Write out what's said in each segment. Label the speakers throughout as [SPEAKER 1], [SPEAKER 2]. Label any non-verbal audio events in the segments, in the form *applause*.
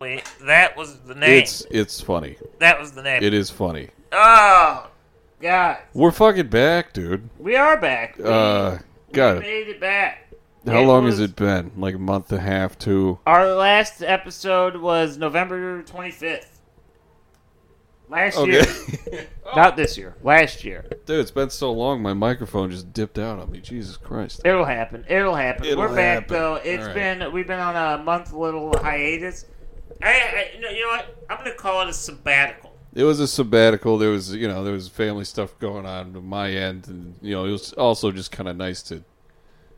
[SPEAKER 1] We, that was the name.
[SPEAKER 2] It's it's funny.
[SPEAKER 1] that was the name.
[SPEAKER 2] It is funny.
[SPEAKER 1] Oh, God.
[SPEAKER 2] We're fucking back, dude.
[SPEAKER 1] We are back.
[SPEAKER 2] Uh,
[SPEAKER 1] we
[SPEAKER 2] God,
[SPEAKER 1] made it back.
[SPEAKER 2] how long has
[SPEAKER 1] was-
[SPEAKER 2] it been? Like a month and a half, two.
[SPEAKER 1] Our last episode was November 25th. Last
[SPEAKER 2] Okay,
[SPEAKER 1] year. Not this year. Last year.
[SPEAKER 2] *laughs* dude, it's been so long. My microphone just dipped out on me. Jesus Christ.
[SPEAKER 1] It'll happen. It'll happen.
[SPEAKER 2] It'll
[SPEAKER 1] We're back
[SPEAKER 2] happen.
[SPEAKER 1] though. It's
[SPEAKER 2] All right.
[SPEAKER 1] been we've been on a month little hiatus. I, I no, you know what? I'm gonna call it a sabbatical.
[SPEAKER 2] It was a sabbatical. There was, you know, there was family stuff going on on my end, and you know, it was also just kind of nice to,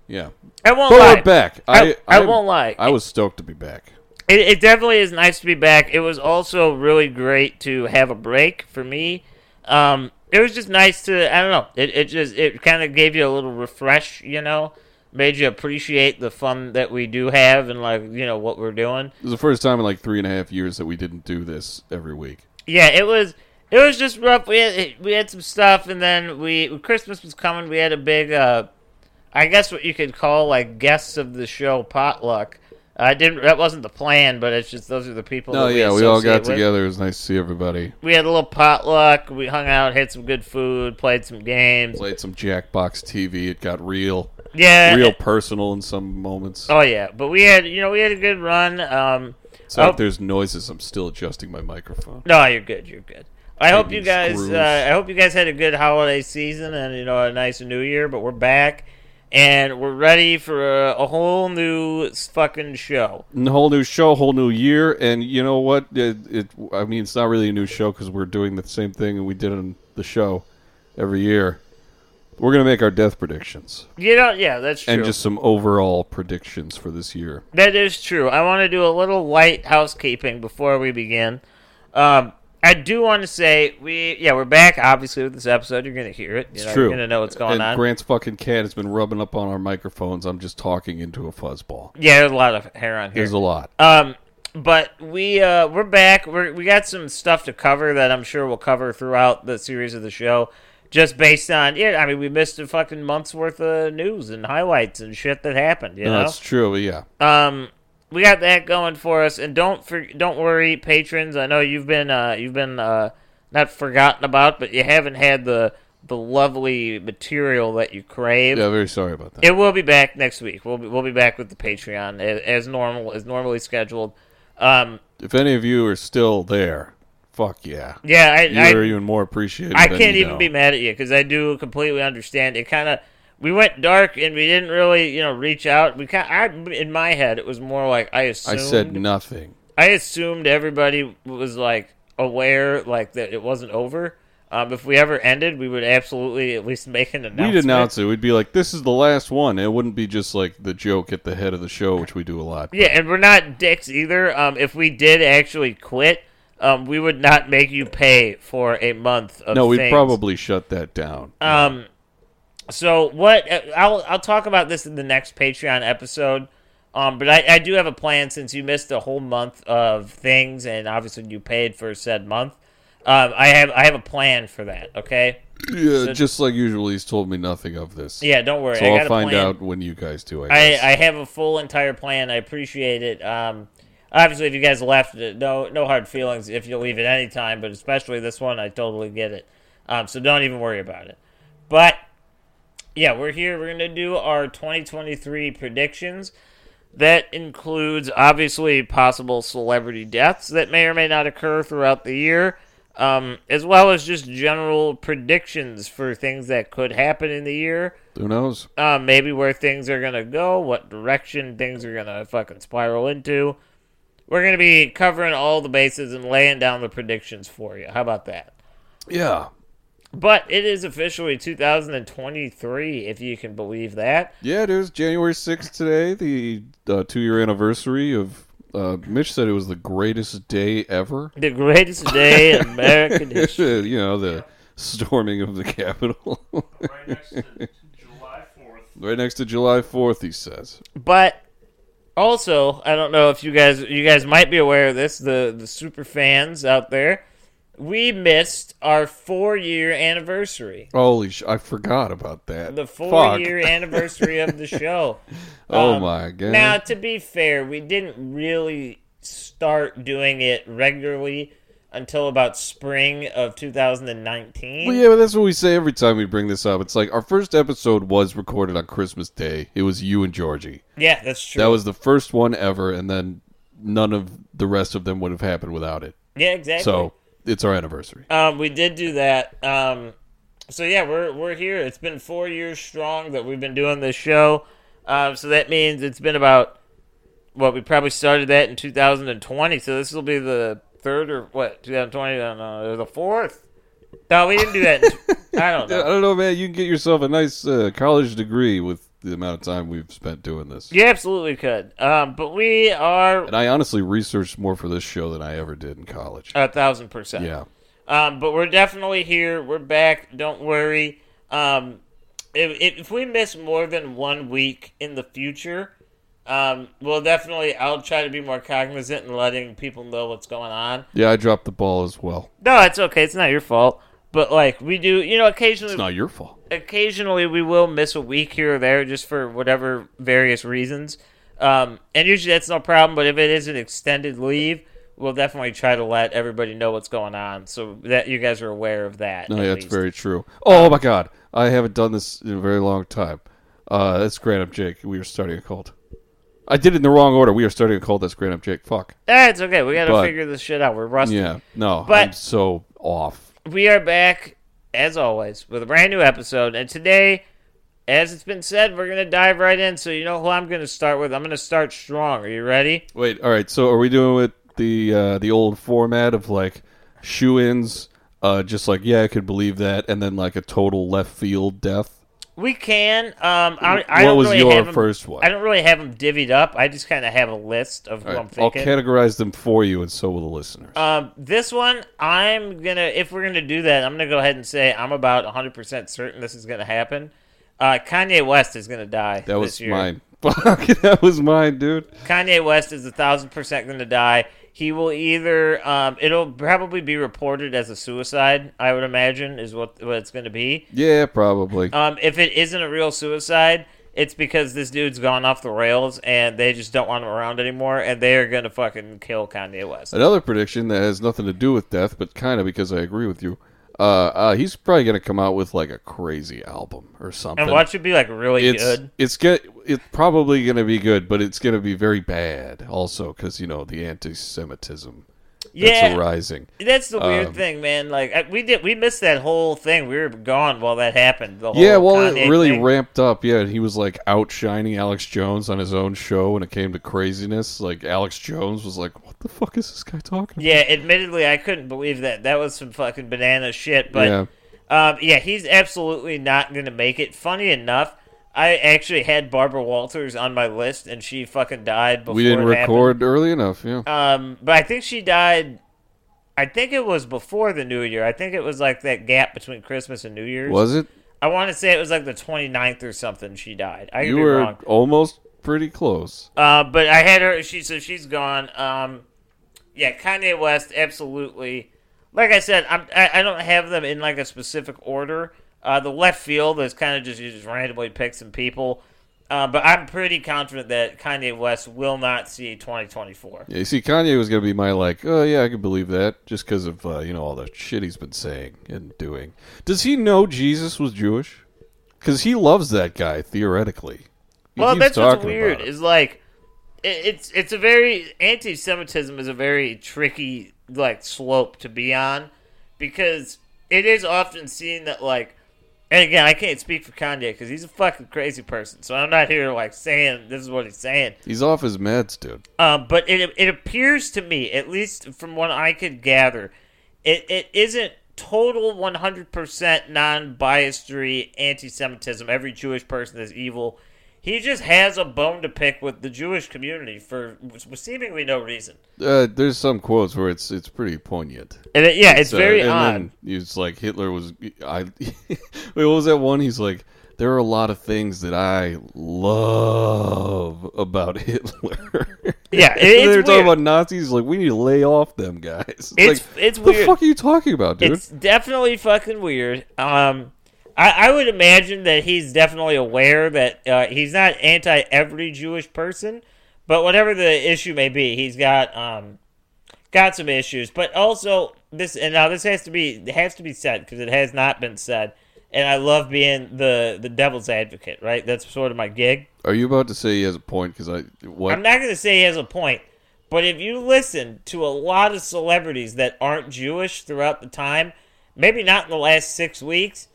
[SPEAKER 2] yeah.
[SPEAKER 1] I won't
[SPEAKER 2] But
[SPEAKER 1] lie.
[SPEAKER 2] we're back.
[SPEAKER 1] I-
[SPEAKER 2] I,
[SPEAKER 1] I won't lie.
[SPEAKER 2] I was stoked to be back.
[SPEAKER 1] It, it definitely is nice to be back. It was also really great to have a break for me. Um, it was just nice to I don't know. It it just it kind of gave you a little refresh. You know, made you appreciate the fun that we do have and like you know what we're doing.
[SPEAKER 2] It was the first time in like three and a half years that we didn't do this every week.
[SPEAKER 1] Yeah, it was it was just rough. We had we had some stuff, and then we Christmas was coming. We had a big, uh, I guess what you could call like guests of the show potluck. I didn't. That wasn't the plan, but it's just those are the people.
[SPEAKER 2] No,
[SPEAKER 1] that we
[SPEAKER 2] Oh, yeah, we all got
[SPEAKER 1] associate with.
[SPEAKER 2] together. It was nice to see everybody.
[SPEAKER 1] We had a little potluck. We hung out, had some good food, played some games.
[SPEAKER 2] Played some Jackbox TV. It got real,
[SPEAKER 1] Yeah,
[SPEAKER 2] real personal in some moments.
[SPEAKER 1] Eh, Oh yeah, but we had you know we had a good run. Um,
[SPEAKER 2] So
[SPEAKER 1] oh.
[SPEAKER 2] if there's noises, I'm still adjusting my microphone.
[SPEAKER 1] No, you're good. You're good. I hope you
[SPEAKER 2] Tightening
[SPEAKER 1] guys.
[SPEAKER 2] screws.
[SPEAKER 1] Uh, I hope you guys had a good holiday season and you know a nice New Year. But we're back and we're ready for a, a whole new s- fucking show.
[SPEAKER 2] And whole new show, whole new year, and you know what? It, it I mean, it's not really a new show because we're doing the same thing and we did on the show every year. We're gonna make our death predictions
[SPEAKER 1] You know, yeah, that's true.
[SPEAKER 2] and just some overall predictions for this year.
[SPEAKER 1] That is true. I want to do a little light housekeeping before we begin. Um, I do want to say we yeah we're back obviously with this episode. You're gonna hear it. You
[SPEAKER 2] It's
[SPEAKER 1] know,
[SPEAKER 2] true.
[SPEAKER 1] You're gonna know what's going
[SPEAKER 2] and
[SPEAKER 1] on.
[SPEAKER 2] Grant's fucking cat has been rubbing up on our microphones. I'm just talking into a fuzzball.
[SPEAKER 1] yeah, there's a lot of hair on here.
[SPEAKER 2] There's a lot.
[SPEAKER 1] Um, but we uh, we're back. We're, we got some stuff to cover that I'm sure we'll cover throughout the series of the show. Just based on yeah, I mean, we missed a fucking month's worth of news and highlights and shit that happened. You know,
[SPEAKER 2] That's true. Yeah.
[SPEAKER 1] um, we got that going for us. And don't for, don't worry, patrons. I know you've been uh, you've been uh, not forgotten about, but you haven't had the the lovely material that you crave.
[SPEAKER 2] Yeah. Very sorry about that.
[SPEAKER 1] It will be back next week. We'll be, we'll be back with the Patreon as, as normal as normally scheduled. Um,
[SPEAKER 2] if any of you are still there, fuck yeah.
[SPEAKER 1] yeah, I I,
[SPEAKER 2] You're even more appreciated.
[SPEAKER 1] I
[SPEAKER 2] than
[SPEAKER 1] can't
[SPEAKER 2] you
[SPEAKER 1] even
[SPEAKER 2] know.
[SPEAKER 1] be mad at you because I do completely understand. It kind of we went dark and we didn't really you know reach out. We kind I in my head it was more like I
[SPEAKER 2] I
[SPEAKER 1] assumed
[SPEAKER 2] said nothing.
[SPEAKER 1] I assumed everybody was like aware like that it wasn't over. Um, if we ever ended, we would absolutely at least make an announcement.
[SPEAKER 2] We'd announce it. We'd be like, "This is the last one." It wouldn't be just like the joke at the head of the show, which we do a lot.
[SPEAKER 1] Yeah, and we're not dicks either. Um, if we did actually quit, um, we would not make you pay for a month of
[SPEAKER 2] No, we'd
[SPEAKER 1] things.
[SPEAKER 2] probably shut that down.
[SPEAKER 1] Um, so what? uh, I'll I'll talk about this in the next Patreon episode. Um, but I, I do have a plan since you missed a whole month of things, and obviously you paid for said month. Um, I have I have a plan for that. Okay.
[SPEAKER 2] Yeah, just like usual, he's told me nothing of this.
[SPEAKER 1] Yeah, don't worry.
[SPEAKER 2] so
[SPEAKER 1] I
[SPEAKER 2] I'll
[SPEAKER 1] got a
[SPEAKER 2] find
[SPEAKER 1] plan.
[SPEAKER 2] out when you guys do. I,
[SPEAKER 1] I,
[SPEAKER 2] guess.
[SPEAKER 1] I have a full entire plan. I appreciate it. Um, obviously, if you guys left, uh, no no hard feelings if you leave at any time, but especially this one, I totally get it. Um, so don't even worry about it. But yeah, we're here. We're gonna do our 2023 predictions. That includes obviously possible celebrity deaths that may or may not occur throughout the year, um, as well as just general predictions for things that could happen in the year
[SPEAKER 2] Who knows?
[SPEAKER 1] uh, maybe where things are gonna go, what direction things are gonna fucking spiral into. We're gonna be covering all the bases and laying down the predictions for you. How about that?
[SPEAKER 2] Yeah,
[SPEAKER 1] But it is officially 2023, if you can believe that.
[SPEAKER 2] yeah. It is January sixth today, the uh, two-year anniversary of. Uh, Mitch said it was the greatest day ever.
[SPEAKER 1] The greatest day in American history.
[SPEAKER 2] *laughs* you know the storming of the Capitol, *laughs*
[SPEAKER 3] right next to July 4th.
[SPEAKER 2] right next to July Fourth. He says,
[SPEAKER 1] But also, I don't know if you guys you guys might be aware of this, the the super fans out there. We missed our four year anniversary.
[SPEAKER 2] "Holy sh! I forgot about that."
[SPEAKER 1] the four
[SPEAKER 2] Fuck.
[SPEAKER 1] year anniversary of the show.
[SPEAKER 2] Oh
[SPEAKER 1] Um,
[SPEAKER 2] my god!
[SPEAKER 1] Now, to be fair, we didn't really start doing it regularly until about spring of 2019.
[SPEAKER 2] Well, yeah, but that's what we say every time we bring this up. It's like our first episode was recorded on Christmas Day. It was you and Georgie.
[SPEAKER 1] Yeah, that's true.
[SPEAKER 2] That was the first one ever, and then none of the rest of them would have happened without it.
[SPEAKER 1] yeah, exactly.
[SPEAKER 2] So it's our anniversary.
[SPEAKER 1] um, we did do that. Um, so yeah, we're we're here. It's been four years strong that we've been doing this show. Um, so that means it's been about what we probably started that in 2020. So this will be the third or what 2020? I don't know. The fourth? No, we didn't do that. In, I
[SPEAKER 2] *laughs*
[SPEAKER 1] don't
[SPEAKER 2] Yeah, I
[SPEAKER 1] know.
[SPEAKER 2] don't know, man. You can get yourself a nice uh, college degree with the amount of time we've spent doing this.
[SPEAKER 1] You absolutely could. Um, but we are
[SPEAKER 2] And I honestly researched more for this show than I ever did in college.
[SPEAKER 1] a thousand percent.
[SPEAKER 2] yeah.
[SPEAKER 1] Um, but we're definitely here. We're back. Don't worry. Um, if, if- if we miss more than one week in the future, um, we'll definitely. I'll try to be more cognizant in letting people know what's going on.
[SPEAKER 2] Yeah, I dropped the ball as well.
[SPEAKER 1] No, it's okay. It's not your fault. But like we do, you know, occasionally,
[SPEAKER 2] It's not your fault.
[SPEAKER 1] occasionally we will miss a week here or there just for whatever various reasons. Um, and usually that's no problem. But if it is an extended leave, we'll definitely try to let everybody know what's going on so that you guys are aware of that.
[SPEAKER 2] No,
[SPEAKER 1] at
[SPEAKER 2] yeah, it's
[SPEAKER 1] least.
[SPEAKER 2] very true. Oh my god, I haven't done this in a very long time. Uh, that's Grand Up Jake. We are starting a cult. I did it in the wrong order. We are starting a cult. That's Grand Up Jake. Fuck.
[SPEAKER 1] That's okay. We got to
[SPEAKER 2] But-
[SPEAKER 1] figure this shit out. We're rusty.
[SPEAKER 2] Yeah. No,
[SPEAKER 1] But-
[SPEAKER 2] I'm so off.
[SPEAKER 1] We are back, as always, with a brand new episode. And today, as it's been said, we're going to dive right in. So, you know who I'm going to start with? I'm going to start strong. Are you ready?
[SPEAKER 2] Wait. All right. So are we doing it the uh, the old format of like shoe ins? Uh, just like yeah, I could believe that, and then like a total left field death.
[SPEAKER 1] We can. Um, I, I
[SPEAKER 2] What
[SPEAKER 1] don't
[SPEAKER 2] was
[SPEAKER 1] really
[SPEAKER 2] your
[SPEAKER 1] have 'em-
[SPEAKER 2] first one?
[SPEAKER 1] I don't really have them divvied up. I just kind of have a list of who
[SPEAKER 2] All
[SPEAKER 1] I'm
[SPEAKER 2] right, I'll
[SPEAKER 1] thinking.
[SPEAKER 2] categorize them for you, and so will the listeners.
[SPEAKER 1] Um, this one, I'm gonna. If we're gonna do that, I'm gonna go ahead and say I'm about 100 percent certain this is gonna happen. Uh, Kanye West is gonna die.
[SPEAKER 2] that was
[SPEAKER 1] this year.
[SPEAKER 2] mine. *laughs* Fuck, that was mine, dude.
[SPEAKER 1] Kanye West is a thousand percent going to die. He will either um, it'll probably be reported as a suicide. I would imagine is what what it's going to be.
[SPEAKER 2] Yeah, probably.
[SPEAKER 1] Um, if it isn't a real suicide, it's because this dude's gone off the rails and they just don't want him around anymore, and they are going to fucking kill Kanye West.
[SPEAKER 2] Another prediction that has nothing to do with death, but kind of because I agree with you. Uh, uh, he's probably going to come out with like a crazy album or something.
[SPEAKER 1] And watch it be like really
[SPEAKER 2] it's
[SPEAKER 1] good.
[SPEAKER 2] it's get it's probably going to be good, but it's going to be very bad also because you know the anti-Semitism that's
[SPEAKER 1] Yeah,
[SPEAKER 2] arising.
[SPEAKER 1] that's the weird
[SPEAKER 2] Um,
[SPEAKER 1] thing, man. Like I, we did, we missed that whole thing. We were gone while that happened. The whole
[SPEAKER 2] Yeah, well, it
[SPEAKER 1] Kanye
[SPEAKER 2] really
[SPEAKER 1] thing.
[SPEAKER 2] ramped up. Yeah, and he was like outshining Alex Jones on his own show when it came to craziness. Like Alex Jones was like, "What the fuck is this guy talking?"
[SPEAKER 1] Yeah, admittedly, I couldn't believe that. That was some fucking banana shit. But
[SPEAKER 2] Yeah.
[SPEAKER 1] yeah, um, yeah he's absolutely not going to make it. Funny enough, I actually had Barbara Walters on my list, and she fucking died before
[SPEAKER 2] about? We didn't
[SPEAKER 1] it happened.
[SPEAKER 2] record early enough. Yeah.
[SPEAKER 1] Um, but I think she died. I think it was before the New Year. I think it was like that gap between Christmas and New Year's.
[SPEAKER 2] was it?
[SPEAKER 1] I want to say it was like the 29th or something. She died. I could
[SPEAKER 2] You
[SPEAKER 1] be
[SPEAKER 2] were
[SPEAKER 1] wrong.
[SPEAKER 2] almost pretty close.
[SPEAKER 1] Uh, but I had her. She so she's gone. Um, yeah, Kanye West absolutely like I said, I'm, I I don't have them in like a specific order. Uh, the left field is kind of just you just randomly pick some people, uh, but I'm pretty confident that Kanye West will not see 2024.
[SPEAKER 2] Yeah, you see, Kanye was going to be my like, oh yeah, I can believe that, just because of uh, you know all the shit he's been saying and doing. Does he know Jesus was Jewish? Because he loves that guy theoretically. He
[SPEAKER 1] Well,
[SPEAKER 2] keeps
[SPEAKER 1] that's what's
[SPEAKER 2] talking
[SPEAKER 1] weird
[SPEAKER 2] about it.
[SPEAKER 1] is like it, it's it's a very anti-Semitism is a very tricky like slope to be on because it is often seen that like and again I can't speak for Kanye because he's a fucking crazy person so I'm not here like saying this is what he's saying
[SPEAKER 2] He's off his meds, dude.
[SPEAKER 1] uh, but it it appears to me, at least from what I could gather, it, it isn't total 100% non-biasedry anti-Semitism. Every Jewish person is evil. He just has a bone to pick with the Jewish community for seemingly no reason.
[SPEAKER 2] Uh, there's some quotes where it's it's pretty poignant.
[SPEAKER 1] And it, yeah, it's
[SPEAKER 2] So,
[SPEAKER 1] very
[SPEAKER 2] and
[SPEAKER 1] odd.
[SPEAKER 2] Then it's like Hitler was. I *laughs* wait. What was that one? He's like, there are a lot of things that I love about *laughs* Hitler.
[SPEAKER 1] Yeah, it-
[SPEAKER 2] *laughs* And
[SPEAKER 1] it's
[SPEAKER 2] they were
[SPEAKER 1] weird.
[SPEAKER 2] talking about Nazis. Like, we need to lay off them guys. *laughs* It's,
[SPEAKER 1] It's-
[SPEAKER 2] like,
[SPEAKER 1] it's
[SPEAKER 2] the
[SPEAKER 1] weird.
[SPEAKER 2] fuck are you talking about, dude?
[SPEAKER 1] It's definitely fucking weird. Um, I, I would imagine that he's definitely aware that uh, he's not anti every Jewish person, but whatever the issue may be, he's got um, got some issues. But also this, and now this has to be it has to be said because it has not been said. And I love being the the devil's advocate, right? That's sort of my gig.
[SPEAKER 2] Are you about to say he has a point? Because I what?
[SPEAKER 1] I'm not going to say he has a point, but if you listen to a lot of celebrities that aren't Jewish throughout the time, maybe not in the last six weeks,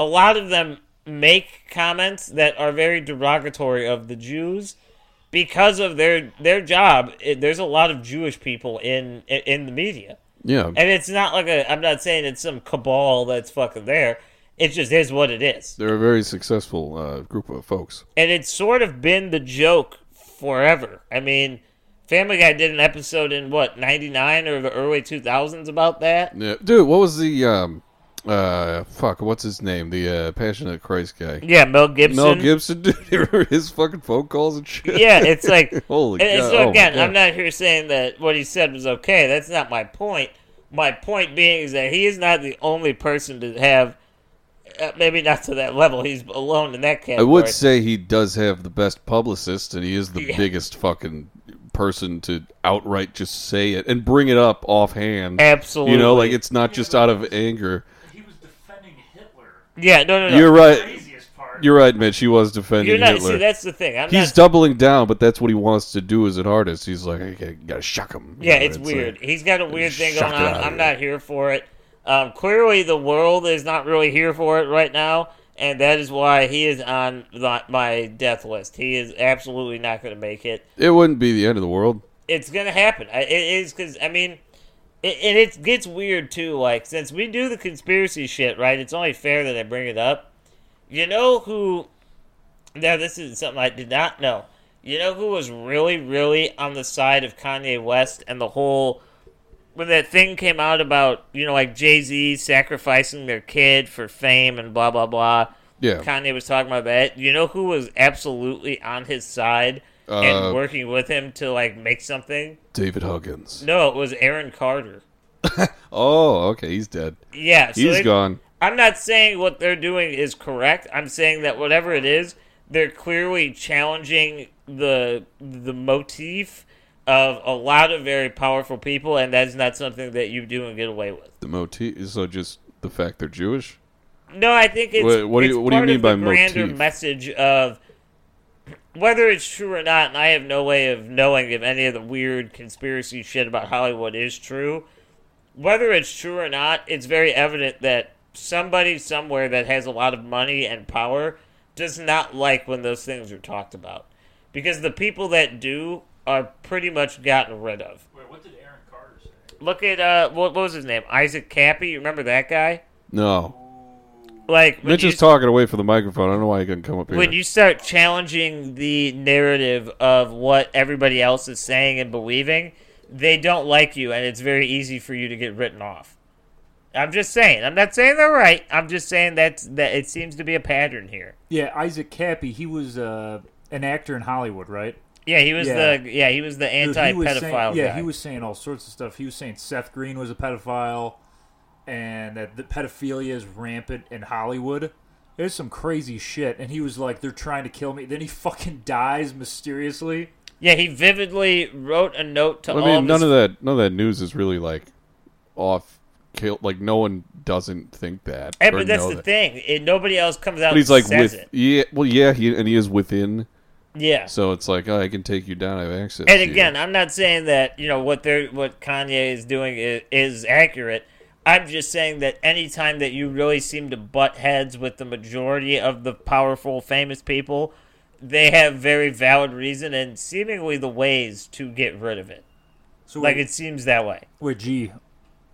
[SPEAKER 1] a lot of them make comments that are very derogatory of the Jews because of their their job. It- there's a lot of Jewish people in in the media.
[SPEAKER 2] yeah,
[SPEAKER 1] And it's not like a I'm not saying it's some cabal that's fucking there. It just is what it is
[SPEAKER 2] they're a very successful uh, group of folks.
[SPEAKER 1] and it's sort of been the joke forever. I mean, Family Guy did an episode in what '99 or the early 2000s about that.
[SPEAKER 2] Yeah, dude. What was the um, uh, fuck? What's his name? The uh, passionate Christ guy.
[SPEAKER 1] Yeah, Mel Gibson.
[SPEAKER 2] Mel Gibson, *laughs* dude. You remember his fucking phone calls and shit?
[SPEAKER 1] Yeah, it's
[SPEAKER 2] *laughs*
[SPEAKER 1] like
[SPEAKER 2] Holy
[SPEAKER 1] and- and
[SPEAKER 2] God. Oh,
[SPEAKER 1] So
[SPEAKER 2] my
[SPEAKER 1] again,
[SPEAKER 2] God.
[SPEAKER 1] I'm not here saying that what he said was okay. That's not my point. My point being is that he is not the only person to have. Uh, maybe not to that level. He's alone in that category.
[SPEAKER 2] I would say he does have the best publicist, and he is the
[SPEAKER 1] Yeah.
[SPEAKER 2] biggest fucking person to outright just say it and bring it up offhand.
[SPEAKER 1] Absolutely.
[SPEAKER 2] You know, like it's not just out of anger.
[SPEAKER 3] He was defending Hitler.
[SPEAKER 1] Yeah, no, no, no.
[SPEAKER 2] You're right.
[SPEAKER 3] Craziest part.
[SPEAKER 2] You're right, Mitch. He was defending
[SPEAKER 1] You're not.
[SPEAKER 2] Hitler.
[SPEAKER 1] See, that's the thing. I'm not.
[SPEAKER 2] He's doubling down, but that's what he wants to do as an artist. He's like, I gotta, gotta shock him. You
[SPEAKER 1] Yeah,
[SPEAKER 2] know,
[SPEAKER 1] it's
[SPEAKER 2] like-
[SPEAKER 1] weird. He's got a weird thing
[SPEAKER 2] shock
[SPEAKER 1] going
[SPEAKER 2] it
[SPEAKER 1] on.
[SPEAKER 2] out of
[SPEAKER 1] I'm
[SPEAKER 2] you.
[SPEAKER 1] not here for it. Um, clearly, the world is not really here for it right now, and that is why he is on the, my death list. He is absolutely not going to make it.
[SPEAKER 2] it wouldn't be the end of the world.
[SPEAKER 1] It's going to happen. I- It is because I mean, it, and it gets weird too. Like since we do the conspiracy shit, right? It's only fair that I bring it up. You know who? Now this is something I did not know. You know who was really, really on the side of Kanye West and the whole when that thing came out about you know like Jay Z sacrificing their kid for fame and blah blah blah.
[SPEAKER 2] Yeah.
[SPEAKER 1] Kanye was talking about that. You know who was absolutely on his side and
[SPEAKER 2] Uh,
[SPEAKER 1] working with him to like make something?
[SPEAKER 2] David Huggins.
[SPEAKER 1] No, it was Aaron Carter.
[SPEAKER 2] Oh, okay, he's dead.
[SPEAKER 1] Yeah, so
[SPEAKER 2] He's
[SPEAKER 1] it-
[SPEAKER 2] gone.
[SPEAKER 1] I'm not saying what they're doing is correct. I'm saying that whatever it is, they're clearly challenging the the motif of a lot of very powerful people, and that's not something that you do and get away with.
[SPEAKER 2] The motif. So just the fact they're Jewish.
[SPEAKER 1] No, I think it's
[SPEAKER 2] Wait, what do
[SPEAKER 1] it's
[SPEAKER 2] you- what do you
[SPEAKER 1] part
[SPEAKER 2] mean
[SPEAKER 1] of
[SPEAKER 2] by
[SPEAKER 1] the grander
[SPEAKER 2] motif?
[SPEAKER 1] message of whether it's true or not, and I have no way of knowing if any of the weird conspiracy shit about Hollywood is true. Whether it's true or not, it's very evident that somebody somewhere that has a lot of money and power does not like when those things are talked about. Because the people that do are pretty much gotten rid of.
[SPEAKER 3] Wait, what did Aaron Carter say?
[SPEAKER 1] Look at uh what, what was his name? Isaac Cappy, you remember that guy?
[SPEAKER 2] No,
[SPEAKER 1] Like when
[SPEAKER 2] Mitch
[SPEAKER 1] you-
[SPEAKER 2] is talking away from the microphone. I don't know why he couldn't come up here.
[SPEAKER 1] when you start challenging the narrative of what everybody else is saying and believing, they don't like you, and it's very easy for you to get written off. I'm just saying. I'm not saying they're right. I'm just saying that's that it seems to be a pattern here.
[SPEAKER 4] Yeah, Isaac Cappy, he was uh, an actor in Hollywood, right?
[SPEAKER 1] Yeah, he was
[SPEAKER 4] Yeah.
[SPEAKER 1] the yeah he was the
[SPEAKER 4] He was saying-
[SPEAKER 1] anti-pedophile
[SPEAKER 4] Yeah,
[SPEAKER 1] guy.
[SPEAKER 4] he was saying all sorts of stuff. He was saying Seth Green was a pedophile. and that the pedophilia is rampant in Hollywood. It's some crazy shit. And he was like, "They're trying to kill me." Then he fucking *laughs* dies mysteriously.
[SPEAKER 1] Yeah, he vividly wrote a note to
[SPEAKER 2] I
[SPEAKER 1] all
[SPEAKER 2] mean,
[SPEAKER 1] of
[SPEAKER 2] none
[SPEAKER 1] his
[SPEAKER 2] of that, none of that news is really like off. kill- Like no one doesn't think that.
[SPEAKER 1] Hey,
[SPEAKER 2] or
[SPEAKER 1] but that's
[SPEAKER 2] know
[SPEAKER 1] the
[SPEAKER 2] that.
[SPEAKER 1] thing. It, nobody else comes out
[SPEAKER 2] But he's
[SPEAKER 1] and
[SPEAKER 2] like
[SPEAKER 1] says
[SPEAKER 2] with
[SPEAKER 1] it.
[SPEAKER 2] yeah, well, yeah, he and he is within.
[SPEAKER 1] Yeah.
[SPEAKER 2] So it's like oh, I can take you down. I have access.
[SPEAKER 1] and
[SPEAKER 2] to you.
[SPEAKER 1] again, I'm not saying that, you know, what they're what Kanye is doing is, is accurate. I'm just saying that anytime that you really seem to butt heads with the majority of the powerful famous people, they have very valid reason and seemingly the ways to get rid of it.
[SPEAKER 4] So
[SPEAKER 1] Like
[SPEAKER 4] wait,
[SPEAKER 1] it seems that way.
[SPEAKER 4] wait, gee,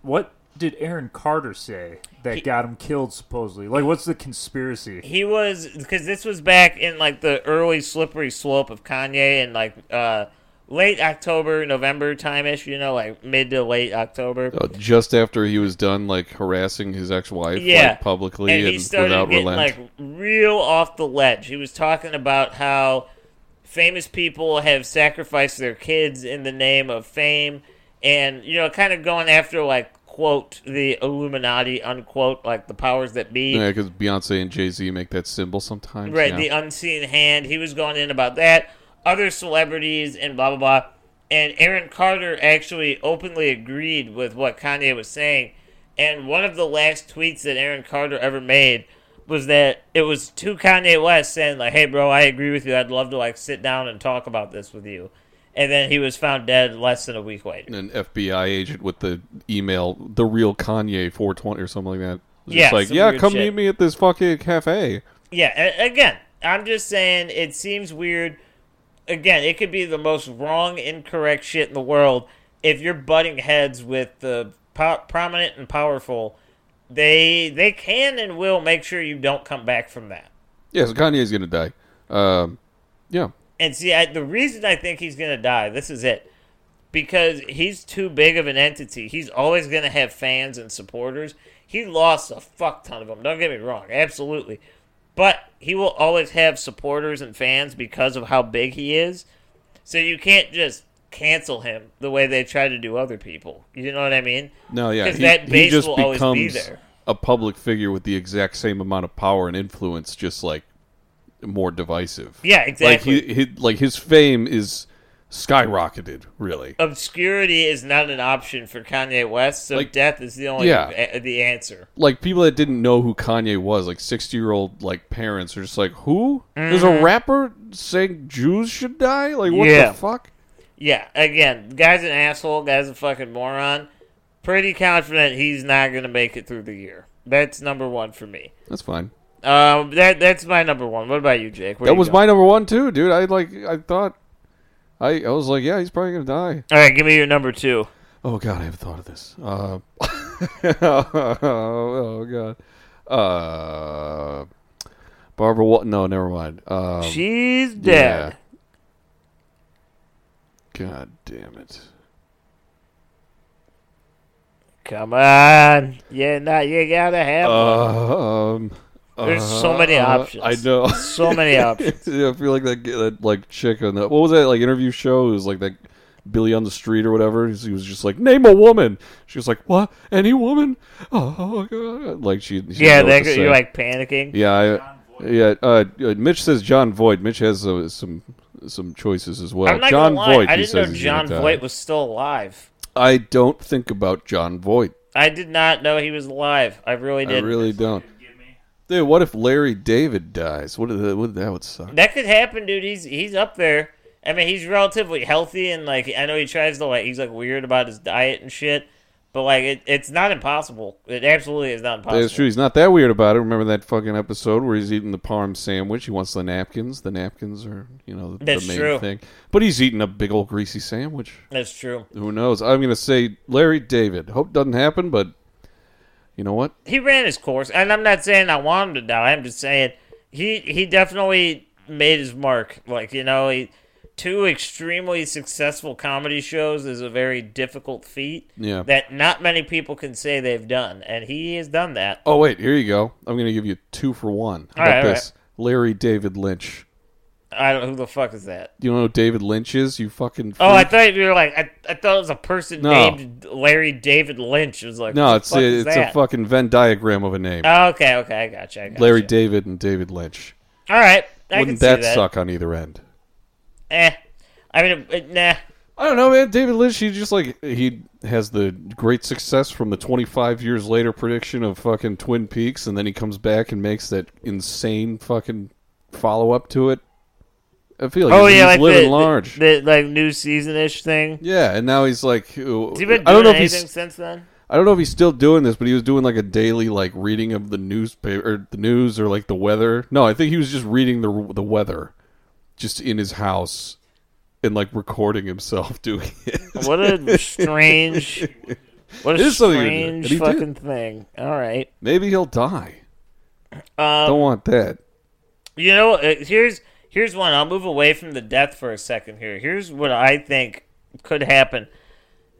[SPEAKER 4] what did Aaron Carter say that got him killed? Supposedly, like, what's the conspiracy?
[SPEAKER 1] he was because this was back in like the early slippery slope of Kanye and like uh late October, November time ish, you know, like mid to late October.
[SPEAKER 2] Uh, just after he was done like harassing his ex-wife
[SPEAKER 1] yeah,
[SPEAKER 2] like, publicly
[SPEAKER 1] and
[SPEAKER 2] and,
[SPEAKER 1] he started
[SPEAKER 2] without
[SPEAKER 1] getting
[SPEAKER 2] relent.
[SPEAKER 1] like real off the ledge. He was talking about how famous people have sacrificed their kids in the name of fame, and you know, kind of going after like quote the Illuminati unquote, like the powers that be.
[SPEAKER 2] yeah, because Beyonce and Jay Z make that symbol sometimes.
[SPEAKER 1] Right,
[SPEAKER 2] yeah.
[SPEAKER 1] the unseen hand. He was going in about that, other celebrities, and blah blah blah. And Aaron Carter actually openly agreed with what Kanye was saying. And one of the last tweets that Aaron Carter ever made was that it was to Kanye West saying like, "Hey, bro, I agree with you. I'd love to like sit down and talk about this with you." And then he was found dead less than a week later.
[SPEAKER 2] an FBI agent with the email, the real Kanye 420 or something like that. It's
[SPEAKER 1] Yeah,
[SPEAKER 2] just like,
[SPEAKER 1] some
[SPEAKER 2] yeah,
[SPEAKER 1] weird
[SPEAKER 2] come
[SPEAKER 1] shit.
[SPEAKER 2] meet me at this fucking cafe.
[SPEAKER 1] Yeah, a- again, I'm just saying it seems weird. Again, it could be the most wrong, incorrect shit in the world. If you're butting heads with the po- prominent and powerful, they they can and will make sure you don't come back from that.
[SPEAKER 2] Yeah, so Kanye's gonna die. Um, yeah,
[SPEAKER 1] And see, I, the reason I think he's going to die, this is it. Because he's too big of an entity. He's always going to have fans and supporters. He lost a fuck ton of them. Don't get me wrong. Absolutely. But he will always have supporters and fans because of how big he is. So you can't just cancel him the way they try to do other people. You know what I mean?
[SPEAKER 2] no, yeah,
[SPEAKER 1] 'Cause
[SPEAKER 2] he,
[SPEAKER 1] that
[SPEAKER 2] he
[SPEAKER 1] base
[SPEAKER 2] just
[SPEAKER 1] will
[SPEAKER 2] becomes
[SPEAKER 1] always be there.
[SPEAKER 2] a public figure with the exact same amount of power and influence, just like more divisive.
[SPEAKER 1] Yeah, exactly.
[SPEAKER 2] Like he, he, like his fame is skyrocketed. Really,
[SPEAKER 1] Obscurity is not an option for Kanye West, so
[SPEAKER 2] Like-
[SPEAKER 1] death is the only
[SPEAKER 2] Yeah.
[SPEAKER 1] a- the answer.
[SPEAKER 2] like people that didn't know who Kanye was, like sixty year old like parents are just like, who? There's a rapper saying Jews should die. Like what
[SPEAKER 1] Mm-hmm. Yeah.
[SPEAKER 2] the fuck?
[SPEAKER 1] Yeah, again, guy's an asshole, guy's a fucking moron. Pretty confident he's not gonna make it through the year. That's number one for me.
[SPEAKER 2] That's fine.
[SPEAKER 1] Um, that that's my number one. What about you, Jake? Where
[SPEAKER 2] That
[SPEAKER 1] you
[SPEAKER 2] was
[SPEAKER 1] going?
[SPEAKER 2] my number one too, dude. I like I thought I I was like, yeah, he's probably gonna die.
[SPEAKER 1] All right, give me your number two.
[SPEAKER 2] Oh god, I haven't thought of this. Uh, *laughs* oh god. Uh Barbara Wa- no, never mind. Um,
[SPEAKER 1] She's dead.
[SPEAKER 2] Yeah. God damn it.
[SPEAKER 1] Come on, yeah, not you gotta have one.
[SPEAKER 2] Um
[SPEAKER 1] There's so many
[SPEAKER 2] uh,
[SPEAKER 1] options.
[SPEAKER 2] I know.
[SPEAKER 1] so
[SPEAKER 2] *laughs*
[SPEAKER 1] many options.
[SPEAKER 2] yeah, I feel like that, that like chick on that what was that like interview show? It was like that Billy on the street or whatever. He was- he was just like, name a woman. She was like, what? Any woman? *laughs* Oh god! Like she. she
[SPEAKER 1] Yeah,
[SPEAKER 2] didn't know what
[SPEAKER 1] that,
[SPEAKER 2] to
[SPEAKER 1] you're
[SPEAKER 2] say.
[SPEAKER 1] like panicking.
[SPEAKER 2] Yeah, I, yeah. Uh, Mitch says John Voight. Mitch has uh, some some choices as well.
[SPEAKER 1] I'm not
[SPEAKER 2] John
[SPEAKER 1] gonna lie.
[SPEAKER 2] Voight.
[SPEAKER 1] I
[SPEAKER 2] he
[SPEAKER 1] didn't know
[SPEAKER 2] says he's
[SPEAKER 1] John
[SPEAKER 2] gonna die.
[SPEAKER 1] Voight was still alive.
[SPEAKER 2] I don't think about John Voight.
[SPEAKER 1] I did not know he was alive. I really
[SPEAKER 2] I
[SPEAKER 1] didn't.
[SPEAKER 2] really don't. Dude, what if Larry David dies? What? Did, what that would suck.
[SPEAKER 1] That could happen, dude. He's he's up there. I mean, he's relatively healthy, and like I know he tries to like he's like weird about his diet and shit, but like it, it's not impossible. It absolutely is not impossible.
[SPEAKER 2] That's true. He's not that weird about it. Remember that fucking episode where he's eating the parm sandwich? He wants the napkins. The napkins are, you know, the,
[SPEAKER 1] That's
[SPEAKER 2] the main
[SPEAKER 1] true.
[SPEAKER 2] thing. But he's eating a big old greasy sandwich.
[SPEAKER 1] That's true.
[SPEAKER 2] Who knows? I'm going to say Larry David. Hope doesn't happen, but you know what?
[SPEAKER 1] He ran his course, and I'm not saying I want him to die. I'm just saying he he definitely made his mark. Like you know, he, two extremely successful comedy shows is a very difficult feat
[SPEAKER 2] Yeah.
[SPEAKER 1] that not many people can say they've done, and he has done that.
[SPEAKER 2] Oh, wait. Here you go. I'm going to give you two for one. How
[SPEAKER 1] All
[SPEAKER 2] about
[SPEAKER 1] right, all
[SPEAKER 2] this? Larry David Lynch.
[SPEAKER 1] I don't. Who the fuck is that?
[SPEAKER 2] You know who David Lynch is? You fucking.
[SPEAKER 1] Oh, I
[SPEAKER 2] freak?
[SPEAKER 1] thought you were like I, I thought it was a person
[SPEAKER 2] Hmm. No.
[SPEAKER 1] named Larry David Lynch. It was like
[SPEAKER 2] no,
[SPEAKER 1] what
[SPEAKER 2] it's
[SPEAKER 1] the fuck
[SPEAKER 2] a,
[SPEAKER 1] is
[SPEAKER 2] it's a
[SPEAKER 1] that?
[SPEAKER 2] fucking Venn diagram of a name.
[SPEAKER 1] Oh, okay, okay, I gotcha. I gotcha.
[SPEAKER 2] Larry David and David Lynch.
[SPEAKER 1] All right, I
[SPEAKER 2] Wouldn't
[SPEAKER 1] can
[SPEAKER 2] that,
[SPEAKER 1] see that
[SPEAKER 2] suck on either end?
[SPEAKER 1] Eh, I mean, it- it- nah.
[SPEAKER 2] I don't know, man. David Lynch, he just like he has the great success from the 25 years later prediction of fucking Twin Peaks, and then he comes back and makes that insane fucking follow up to it. I feel like
[SPEAKER 1] Oh
[SPEAKER 2] he's
[SPEAKER 1] yeah, like
[SPEAKER 2] living
[SPEAKER 1] the,
[SPEAKER 2] large.
[SPEAKER 1] the, the like new season ish thing.
[SPEAKER 2] yeah, and now he's like,
[SPEAKER 1] Has he been doing
[SPEAKER 2] I don't know if
[SPEAKER 1] anything
[SPEAKER 2] he's,
[SPEAKER 1] since then?
[SPEAKER 2] I don't know if he's still doing this, but he was doing like a daily like reading of the newspaper, or the news, or like the weather. No, I think he was just reading the the weather, just in his house, and like recording himself *laughs* doing it.
[SPEAKER 1] What a
[SPEAKER 2] *laughs*
[SPEAKER 1] strange, what
[SPEAKER 2] It
[SPEAKER 1] a
[SPEAKER 2] is something to do, and
[SPEAKER 1] strange
[SPEAKER 2] he did.
[SPEAKER 1] fucking thing. All right,
[SPEAKER 2] Maybe he'll die.
[SPEAKER 1] Um,
[SPEAKER 2] Don't want that.
[SPEAKER 1] you know, uh, here's here's one. I'll move away from the death for a second here. Here's what I think could happen,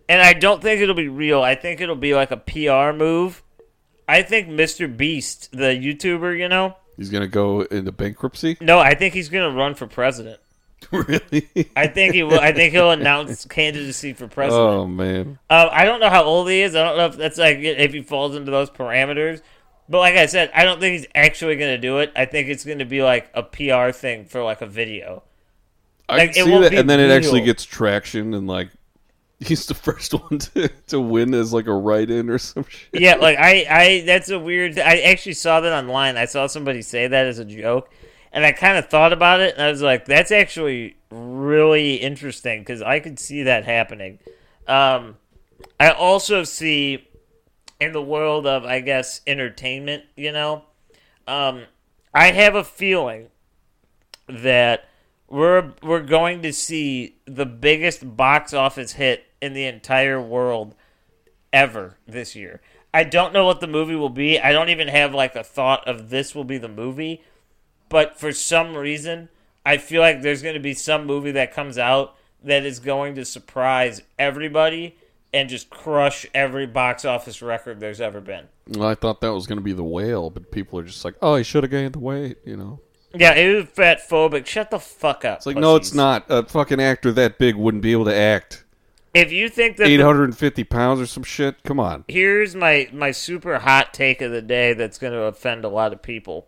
[SPEAKER 1] and I don't think it'll be real. I think it'll be like a PR move. I think Mr. Beast, the YouTuber, you know,
[SPEAKER 2] He's gonna go into bankruptcy. *laughs*
[SPEAKER 1] no, I think he's gonna run for president. *laughs*
[SPEAKER 2] really?
[SPEAKER 1] I think he will. I think he'll announce *laughs* candidacy for president.
[SPEAKER 2] Oh man.
[SPEAKER 1] Um, I don't know how old he is. I don't know if that's like if he falls into those parameters. But like I said, I don't think he's actually going to do it. I think it's going to be like a PR thing for like a video.
[SPEAKER 2] I
[SPEAKER 1] Like,
[SPEAKER 2] can
[SPEAKER 1] it
[SPEAKER 2] see
[SPEAKER 1] won't
[SPEAKER 2] that,
[SPEAKER 1] be
[SPEAKER 2] and then it actually
[SPEAKER 1] real.
[SPEAKER 2] gets traction, and like *laughs* he's the first one to, to win as like a write-in or some shit.
[SPEAKER 1] Yeah, like I, I that's a weird. I actually saw that online. I saw somebody say that as a joke, and I kind of thought about it, and I was like, that's actually really interesting because I could see that happening. Um, I also see in the world of, I guess, entertainment. You know, um, I have a feeling that we're we're going to see the biggest box office hit in the entire world ever this year. I don't know what the movie will be. I don't even have like a thought of this will be the movie, but for some reason, I feel like there's going to be some movie that comes out that is going to surprise everybody and just crush every box office record there's ever been.
[SPEAKER 2] Well, I thought that was gonna be the whale, but people are just like, oh, he should have gained the weight. You know,
[SPEAKER 1] Yeah, it was fat phobic. Shut the fuck up.
[SPEAKER 2] it's like no, it's not. A fucking actor that big wouldn't be able
[SPEAKER 1] *laughs*
[SPEAKER 2] to act.
[SPEAKER 1] If you think that
[SPEAKER 2] Eight
[SPEAKER 1] the
[SPEAKER 2] hundred and fifty pounds or some shit. Come on.
[SPEAKER 1] here's my my super hot take of the day that's going to offend a lot of people.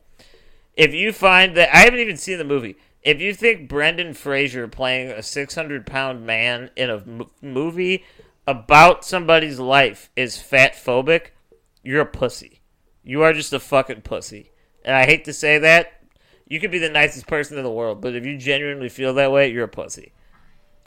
[SPEAKER 1] If you find that I haven't even seen the movie, if you think Brendan Fraser playing a 600 pound man in a m- movie about somebody's life is fat phobic, you're a pussy. You are just a fucking pussy. And I hate to say that. You could be the nicest person in the world, but if you genuinely feel that way, you're a pussy.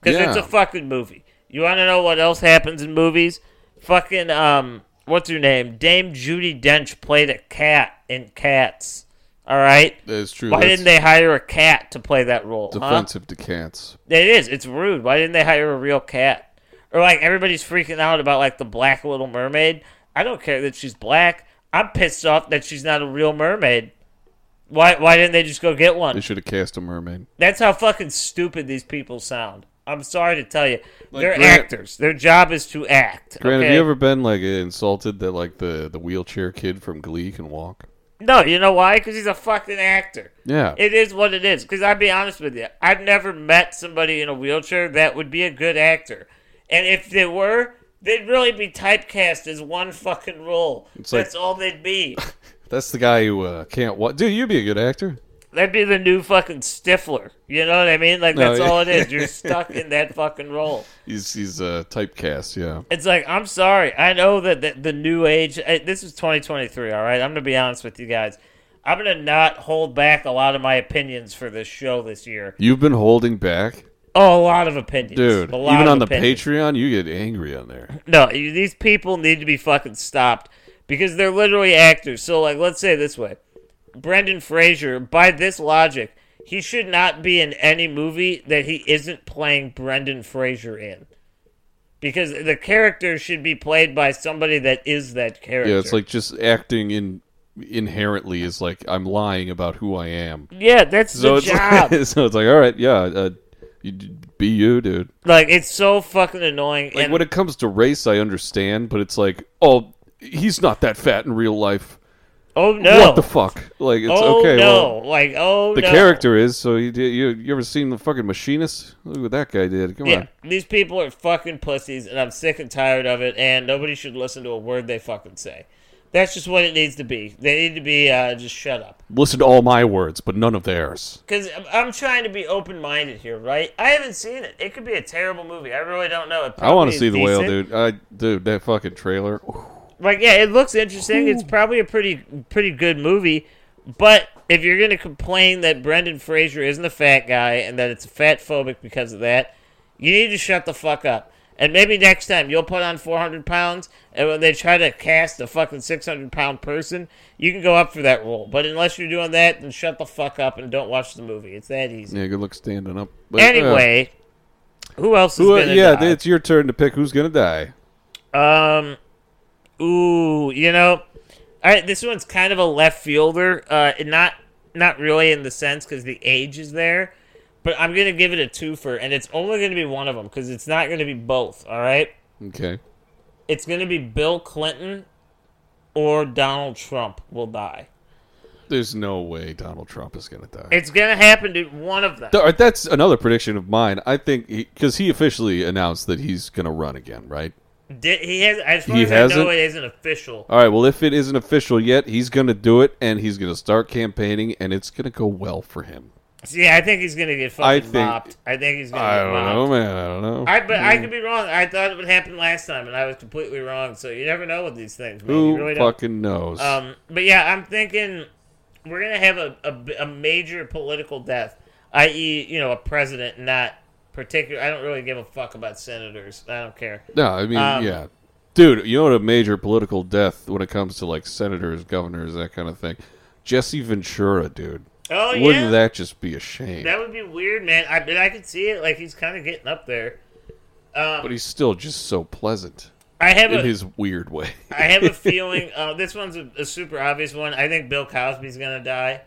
[SPEAKER 1] Because it's
[SPEAKER 2] Yeah.
[SPEAKER 1] a fucking movie. You want to know what else happens in movies? Fucking, um, what's her name? Dame Judy Dench played a cat in Cats. All right?
[SPEAKER 2] That's true.
[SPEAKER 1] Why
[SPEAKER 2] That's
[SPEAKER 1] didn't they hire a cat to play that role? huh?
[SPEAKER 2] Defensive to cats.
[SPEAKER 1] It is. It's rude. Why didn't they hire a real cat? Or like everybody's freaking out about like the black Little Mermaid. I don't care that she's black. I'm pissed off that she's not a real mermaid. Why? Why didn't they just go get
[SPEAKER 2] They
[SPEAKER 1] one?
[SPEAKER 2] should have cast a mermaid.
[SPEAKER 1] That's how fucking stupid these people sound. I'm sorry to tell you, they're
[SPEAKER 2] Grant-
[SPEAKER 1] actors. Their job is to act.
[SPEAKER 2] Grant,
[SPEAKER 1] okay?
[SPEAKER 2] have you ever been like insulted that like the the wheelchair kid from Glee can walk?
[SPEAKER 1] No, you know why? Because he's a fucking actor.
[SPEAKER 2] Yeah.
[SPEAKER 1] It is what it is. Because I'll be honest with you, I've never met somebody in a wheelchair that would be a good actor. And if they were, they'd really be typecast as one fucking role.
[SPEAKER 2] like-
[SPEAKER 1] That's all they'd be.
[SPEAKER 2] That's the guy who uh, can't walk. Dude, you'd be a good actor.
[SPEAKER 1] That'd be the new fucking Stifler. You know what I mean? Like,
[SPEAKER 2] No,
[SPEAKER 1] that's
[SPEAKER 2] yeah.
[SPEAKER 1] all it
[SPEAKER 2] *laughs*
[SPEAKER 1] is. You're stuck in that fucking role.
[SPEAKER 2] He's he's uh, typecast. Yeah.
[SPEAKER 1] It's like, I'm sorry. I know that the, the new age, eh, this is 2023, all right? I'm going to be honest with you guys. I'm going to not hold back a lot of my opinions for this show this year.
[SPEAKER 2] You've been holding back,
[SPEAKER 1] Oh, a lot of opinions.
[SPEAKER 2] dude.
[SPEAKER 1] A lot
[SPEAKER 2] Even
[SPEAKER 1] of
[SPEAKER 2] on the
[SPEAKER 1] opinions.
[SPEAKER 2] Patreon, you get angry
[SPEAKER 1] *laughs*
[SPEAKER 2] on there.
[SPEAKER 1] No, you- these people need to be fucking stopped because they're literally actors. So, like, let's say it this way Brendan Fraser, by this logic, he should not be in any movie that he isn't playing Brendan Fraser in. Because the character should be played by somebody that is that character.
[SPEAKER 2] Yeah, it's like just acting in inherently is like I'm lying about who I am.
[SPEAKER 1] yeah, that's
[SPEAKER 2] So
[SPEAKER 1] the
[SPEAKER 2] it's
[SPEAKER 1] job.
[SPEAKER 2] like, *laughs* so it's like all right, yeah, uh, you, d- be you, dude.
[SPEAKER 1] like, it's so fucking annoying.
[SPEAKER 2] Like
[SPEAKER 1] and
[SPEAKER 2] when it comes to race, I understand, but it's like, oh, he's not that fat in real life.
[SPEAKER 1] Oh no!
[SPEAKER 2] What the fuck? Like it's
[SPEAKER 1] oh
[SPEAKER 2] okay.
[SPEAKER 1] no!
[SPEAKER 2] well,
[SPEAKER 1] like oh
[SPEAKER 2] the
[SPEAKER 1] no.
[SPEAKER 2] character is so you, did- you you ever seen the fucking machinist? Look what that guy did. Come
[SPEAKER 1] Yeah,
[SPEAKER 2] on.
[SPEAKER 1] these people are fucking pussies, and I'm sick and tired of it. And nobody should listen to a word they fucking say. That's just what it needs to be. They need to be uh, just shut up.
[SPEAKER 2] Listen to all my words, but none of theirs.
[SPEAKER 1] Because I'm trying to be open minded here, right? I haven't seen it. It could be a terrible movie. I really don't know. It
[SPEAKER 2] I
[SPEAKER 1] probably
[SPEAKER 2] want to
[SPEAKER 1] is
[SPEAKER 2] see the whale,
[SPEAKER 1] decent.
[SPEAKER 2] dude. I dude, that fucking trailer.
[SPEAKER 1] Like, yeah, it looks interesting. It's probably a pretty pretty good movie. But if you're going to complain that Brendan Fraser isn't a fat guy and that it's fat phobic because of that, you need to shut the fuck up. And maybe next time you'll put on 400 pounds, and when they try to cast a fucking 600 pound person, you can go up for that role. But unless you're doing that, then shut the fuck up and don't watch the movie. It's that easy.
[SPEAKER 2] Yeah, good luck standing up. But, uh,
[SPEAKER 1] Anyway, who else is
[SPEAKER 2] who-
[SPEAKER 1] going to
[SPEAKER 2] yeah,
[SPEAKER 1] die?
[SPEAKER 2] it's your turn to pick who's gonna die.
[SPEAKER 1] Um, ooh, you know, all right. This one's kind of a left fielder. Uh, and not not really in the sense because the age is there, but I'm gonna give it a twofer, and it's only gonna be one of them because it's not gonna be both. All right,
[SPEAKER 2] Okay.
[SPEAKER 1] it's gonna be Bill Clinton or Donald Trump will die.
[SPEAKER 2] There's no way Donald Trump is gonna die.
[SPEAKER 1] It's gonna happen to one of them.
[SPEAKER 2] Th- uh, That's another prediction of mine. I think because he, officially announced that he's going to run again, right?
[SPEAKER 1] Did, he has, as far
[SPEAKER 2] He
[SPEAKER 1] as I
[SPEAKER 2] hasn't?
[SPEAKER 1] know, it isn't official.
[SPEAKER 2] All right. Well, if it isn't official yet, he's going to do it, and he's going to start campaigning, and it's going to go well for him.
[SPEAKER 1] See, I think he's gonna get fucking
[SPEAKER 2] I think-
[SPEAKER 1] mopped. I think he's gonna
[SPEAKER 2] I
[SPEAKER 1] get
[SPEAKER 2] don't
[SPEAKER 1] mopped.
[SPEAKER 2] know, man. I don't know.
[SPEAKER 1] I but I could be wrong. I thought it would happen last time, and I was completely wrong. So you never know with these things, man.
[SPEAKER 2] Who
[SPEAKER 1] you really don't.
[SPEAKER 2] fucking knows?
[SPEAKER 1] Um, but yeah, I'm thinking we're gonna have a, a b- a major political death, i.e., you know, a president. Not particular. I don't really give a fuck about senators. I don't care.
[SPEAKER 2] no, I mean,
[SPEAKER 1] um,
[SPEAKER 2] yeah, dude. You know what? A major political death when it comes to like senators, governors, that kind of thing. Jesse Ventura, dude.
[SPEAKER 1] Oh
[SPEAKER 2] Wouldn't
[SPEAKER 1] yeah,
[SPEAKER 2] that just be a shame?
[SPEAKER 1] that would be weird, man. I but I could see it. Like he's kind of getting up there.
[SPEAKER 2] but he's still just so pleasant
[SPEAKER 1] I have
[SPEAKER 2] in
[SPEAKER 1] a,
[SPEAKER 2] his weird way. *laughs*
[SPEAKER 1] I have a feeling uh, this one's a, a super obvious one. I think Bill Cosby's gonna die.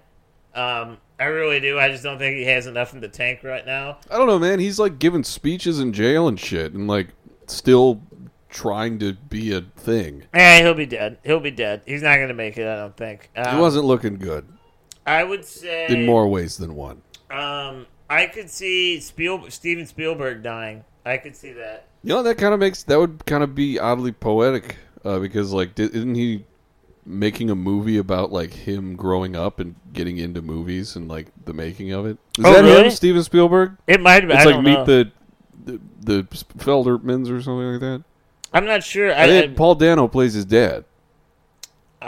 [SPEAKER 1] Um, I really do. I just don't think he has enough in the tank right now.
[SPEAKER 2] I don't know, man. He's like giving speeches in jail and shit, and like still trying to be a thing.
[SPEAKER 1] Yeah, Eh, he'll be dead. He'll be dead. He's not gonna make it. I don't think. Um,
[SPEAKER 2] He wasn't looking good
[SPEAKER 1] I would say.
[SPEAKER 2] in more ways than one.
[SPEAKER 1] Um, I could see Spiel- Steven Spielberg dying. I could see that.
[SPEAKER 2] You know, that kind of makes that would kind of be oddly poetic uh, because, like, di- isn't he making a movie about like him growing up and getting into movies and like the making of it? Is
[SPEAKER 1] Oh,
[SPEAKER 2] that
[SPEAKER 1] really?
[SPEAKER 2] him, Steven Spielberg?
[SPEAKER 1] It might have.
[SPEAKER 2] It's
[SPEAKER 1] I
[SPEAKER 2] like
[SPEAKER 1] don't
[SPEAKER 2] meet
[SPEAKER 1] know.
[SPEAKER 2] the. The, the Feldermans or something like that.
[SPEAKER 1] I'm not sure. I,
[SPEAKER 2] I think
[SPEAKER 1] I-
[SPEAKER 2] Paul Dano plays his dad.
[SPEAKER 1] uh,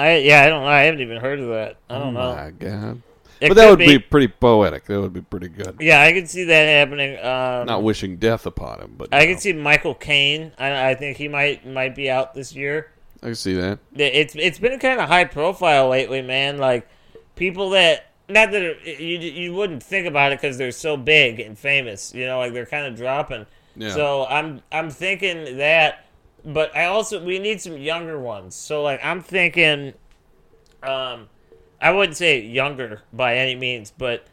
[SPEAKER 1] I, yeah, I don't know. I haven't even heard of that. I don't know.
[SPEAKER 2] Oh My God!
[SPEAKER 1] It
[SPEAKER 2] but that
[SPEAKER 1] could
[SPEAKER 2] would be pretty poetic. That would be pretty good.
[SPEAKER 1] Yeah, I could see that happening. Um,
[SPEAKER 2] not wishing death upon him, but
[SPEAKER 1] I
[SPEAKER 2] you know,
[SPEAKER 1] can see Michael Caine. I, I think he might might be out this year.
[SPEAKER 2] I can see that.
[SPEAKER 1] It's it's been kind of high profile lately, man. Like people that not that it- you you wouldn't think about it because they're so big and famous. You know, like they're kind of dropping.
[SPEAKER 2] Yeah.
[SPEAKER 1] So I'm I'm thinking that, but I also we need some younger ones. So like I'm thinking, um, I wouldn't say younger by any means, but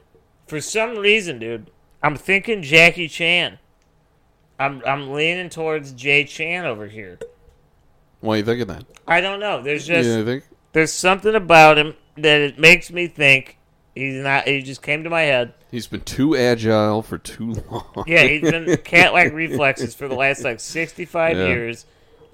[SPEAKER 1] for some reason, dude, I'm thinking Jackie Chan. I'm I'm leaning towards Jay Chan over here.
[SPEAKER 2] Why are you thinking that?
[SPEAKER 1] I don't know. There's just
[SPEAKER 2] yeah, I think
[SPEAKER 1] there's something about him that it makes me think he's not. He just came to my head.
[SPEAKER 2] he's been too agile for too *laughs* long.
[SPEAKER 1] Yeah, he's
[SPEAKER 2] *laughs*
[SPEAKER 1] been cat-like reflexes for the last like 65
[SPEAKER 2] Yeah.
[SPEAKER 1] years.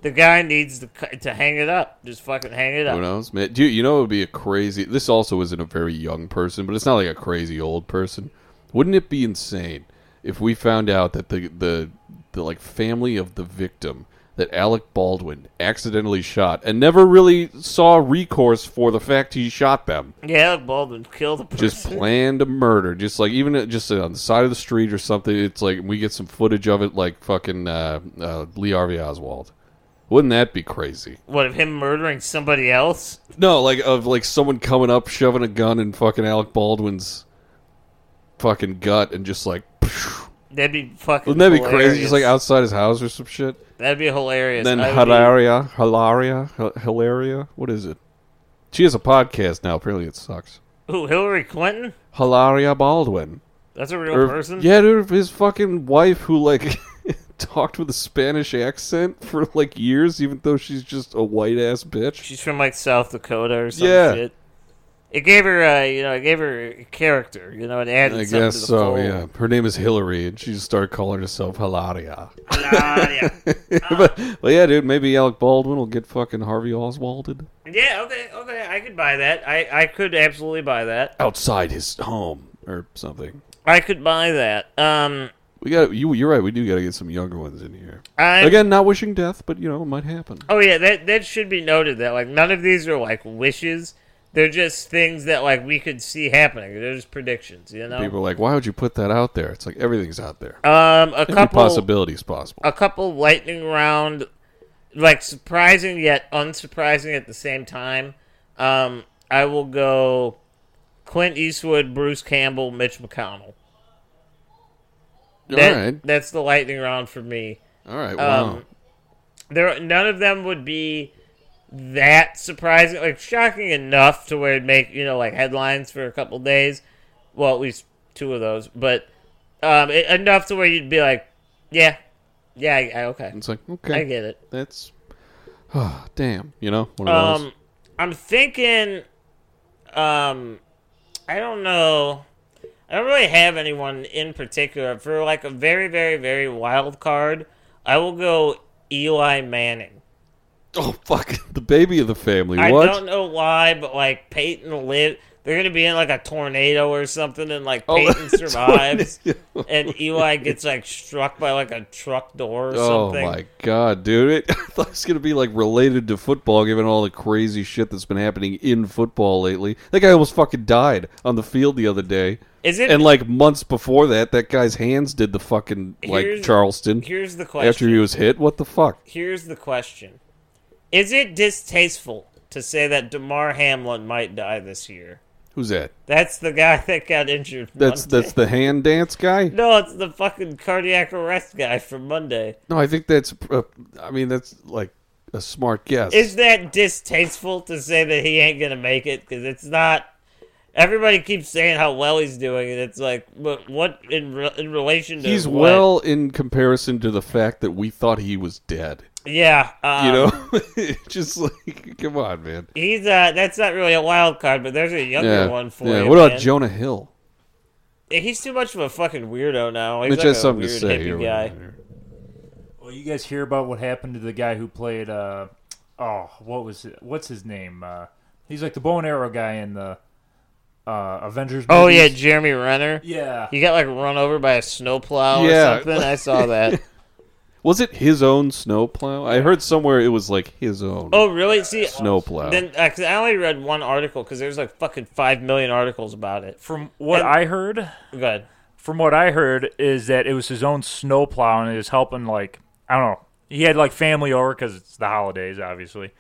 [SPEAKER 1] The guy needs to cu- to hang it up. Just fucking hang it
[SPEAKER 2] Who
[SPEAKER 1] up.
[SPEAKER 2] knows, man? Dude, you know it would be a crazy. This also isn't a very young person, but it's not like a crazy old person. Wouldn't it be insane if we found out that the the the like family of the victim that Alec Baldwin accidentally shot and never really saw recourse for the fact he shot them?
[SPEAKER 1] Yeah, Alec Baldwin killed the person.
[SPEAKER 2] just planned a murder just like even it- just uh, on the side of the street or something it's like we get some footage of it like fucking uh, uh, lee harvey oswald wouldn't that be crazy
[SPEAKER 1] what of him murdering somebody else?
[SPEAKER 2] no like of like someone coming up shoving a gun in fucking alec baldwin's fucking gut and just like
[SPEAKER 1] That'd be fucking.
[SPEAKER 2] wouldn't that be
[SPEAKER 1] hilarious.
[SPEAKER 2] crazy just like outside his house or some shit
[SPEAKER 1] That'd be hilarious.
[SPEAKER 2] then
[SPEAKER 1] I would be-
[SPEAKER 2] hilaria hilaria Hil- hilaria what is it she has a podcast now apparently it sucks
[SPEAKER 1] Who? Hillary Clinton?
[SPEAKER 2] hilaria baldwin
[SPEAKER 1] That's a real
[SPEAKER 2] Or-
[SPEAKER 1] person.
[SPEAKER 2] Yeah, dude, his fucking wife who like *laughs* talked with a Spanish accent for like years, even though she's just a white ass bitch.
[SPEAKER 1] She's from like South Dakota or some
[SPEAKER 2] Yeah.
[SPEAKER 1] shit. It gave her, uh, you know, it gave her a character. You know, it added.
[SPEAKER 2] I
[SPEAKER 1] something
[SPEAKER 2] guess
[SPEAKER 1] to the
[SPEAKER 2] so.
[SPEAKER 1] fold.
[SPEAKER 2] Yeah, her name is Hillary, and she just started calling
[SPEAKER 1] *laughs*
[SPEAKER 2] herself Hilaria. *laughs*
[SPEAKER 1] Ah, yeah.
[SPEAKER 2] but, but yeah, dude, maybe Alec Baldwin will get fucking Harvey Oswalded
[SPEAKER 1] Yeah, okay, okay, I could buy that. I, I could absolutely buy that.
[SPEAKER 2] outside his home or something.
[SPEAKER 1] I could buy that. Um,
[SPEAKER 2] We got you. You're right. We do got to get some younger ones in here.
[SPEAKER 1] I
[SPEAKER 2] Again, not wishing death, but you know it might happen.
[SPEAKER 1] Oh yeah, that that should be noted that like none of these are like wishes. They're just things that like we could see happening. They're just predictions, you know.
[SPEAKER 2] People are like, why would you put that out there? It's like everything's out there.
[SPEAKER 1] um, Uh, a
[SPEAKER 2] Every
[SPEAKER 1] couple
[SPEAKER 2] possibility is possible.
[SPEAKER 1] a couple lightning round, like surprising yet unsurprising at the same time. Um, I will go Clint Eastwood, Bruce Campbell, Mitch McConnell. That-
[SPEAKER 2] all right,
[SPEAKER 1] That's the lightning round for me.
[SPEAKER 2] all right. Wow.
[SPEAKER 1] um, There, none of them would be that surprising, like shocking enough to where it'd make you know like headlines for a couple days. Well, at least two of those, but um, it, enough to where you'd be like, yeah, yeah, I, I- okay,
[SPEAKER 2] it's like
[SPEAKER 1] I
[SPEAKER 2] okay,
[SPEAKER 1] get it.
[SPEAKER 2] that's *sighs* damn. You know, one of those.
[SPEAKER 1] Um, I'm thinking. Um, I don't know. I don't really have anyone in particular for like a very, very, very wild card. I will go Eli Manning.
[SPEAKER 2] Oh fuck, *laughs* the baby of the family.
[SPEAKER 1] I
[SPEAKER 2] what?
[SPEAKER 1] don't know why, but like Peyton live. They're gonna be in like a tornado or something, and like
[SPEAKER 2] Oh, *laughs*
[SPEAKER 1] Peyton survives,
[SPEAKER 2] tornado.
[SPEAKER 1] and Eli gets like struck by like a truck door or
[SPEAKER 2] Oh
[SPEAKER 1] something.
[SPEAKER 2] my god, dude! It, *laughs* I thought it was gonna be like related to football, given all the crazy shit that's been happening in football lately. That guy almost fucking died on the field the other day,
[SPEAKER 1] Is it?
[SPEAKER 2] and like months before that, that guy's hands did the fucking like
[SPEAKER 1] Here's-
[SPEAKER 2] Charleston
[SPEAKER 1] here's the question.
[SPEAKER 2] after he was hit. What the fuck?
[SPEAKER 1] here's the question: Is it distasteful to say that Demar Hamlin might die this year?
[SPEAKER 2] Who's that?
[SPEAKER 1] That's the guy that got injured.
[SPEAKER 2] That's
[SPEAKER 1] Monday.
[SPEAKER 2] that's the hand dance guy.
[SPEAKER 1] no, it's the fucking cardiac arrest guy from Monday.
[SPEAKER 2] No, I think that's. Uh, I mean, that's like a smart guess.
[SPEAKER 1] Is that distasteful to say that he ain't gonna make it? Because it's not. Everybody keeps saying how well he's doing, and it's like, but what in re- in relation to
[SPEAKER 2] He's
[SPEAKER 1] what?
[SPEAKER 2] well in comparison to the fact that we thought he was dead.
[SPEAKER 1] yeah, um,
[SPEAKER 2] You know, *laughs* just like come on, man.
[SPEAKER 1] he's uh, that's not really a wild card, but there's a younger
[SPEAKER 2] yeah.
[SPEAKER 1] one for
[SPEAKER 2] yeah.
[SPEAKER 1] you.
[SPEAKER 2] What about
[SPEAKER 1] man.
[SPEAKER 2] Jonah Hill?
[SPEAKER 1] He's too much of a fucking weirdo now. He's
[SPEAKER 2] Mitch
[SPEAKER 1] like
[SPEAKER 2] has
[SPEAKER 1] a
[SPEAKER 2] something
[SPEAKER 1] weird
[SPEAKER 2] to say.
[SPEAKER 1] hippie
[SPEAKER 2] here.
[SPEAKER 1] guy.
[SPEAKER 4] Well, you guys hear about what happened to the guy who played? Uh, oh, what was it? What's his name? Uh, he's like the bow and arrow guy in the uh, Avengers.
[SPEAKER 1] Oh yeah,
[SPEAKER 4] movies.
[SPEAKER 1] Jeremy Renner.
[SPEAKER 4] yeah.
[SPEAKER 1] He got like run over by a snowplow
[SPEAKER 2] Yeah.
[SPEAKER 1] or something. I saw
[SPEAKER 2] *laughs*
[SPEAKER 1] that.
[SPEAKER 2] Was it his own snowplow? I heard somewhere it was like his own
[SPEAKER 1] Oh really? See,
[SPEAKER 2] snowplow.
[SPEAKER 1] Then uh, 'cause I only read one article because there's like fucking five million articles about it.
[SPEAKER 4] From what
[SPEAKER 1] And-
[SPEAKER 4] I heard,
[SPEAKER 1] Go ahead.
[SPEAKER 4] from what I heard is that it was his own snowplow and it was helping like I don't know. He had like family over because it's the holidays, obviously,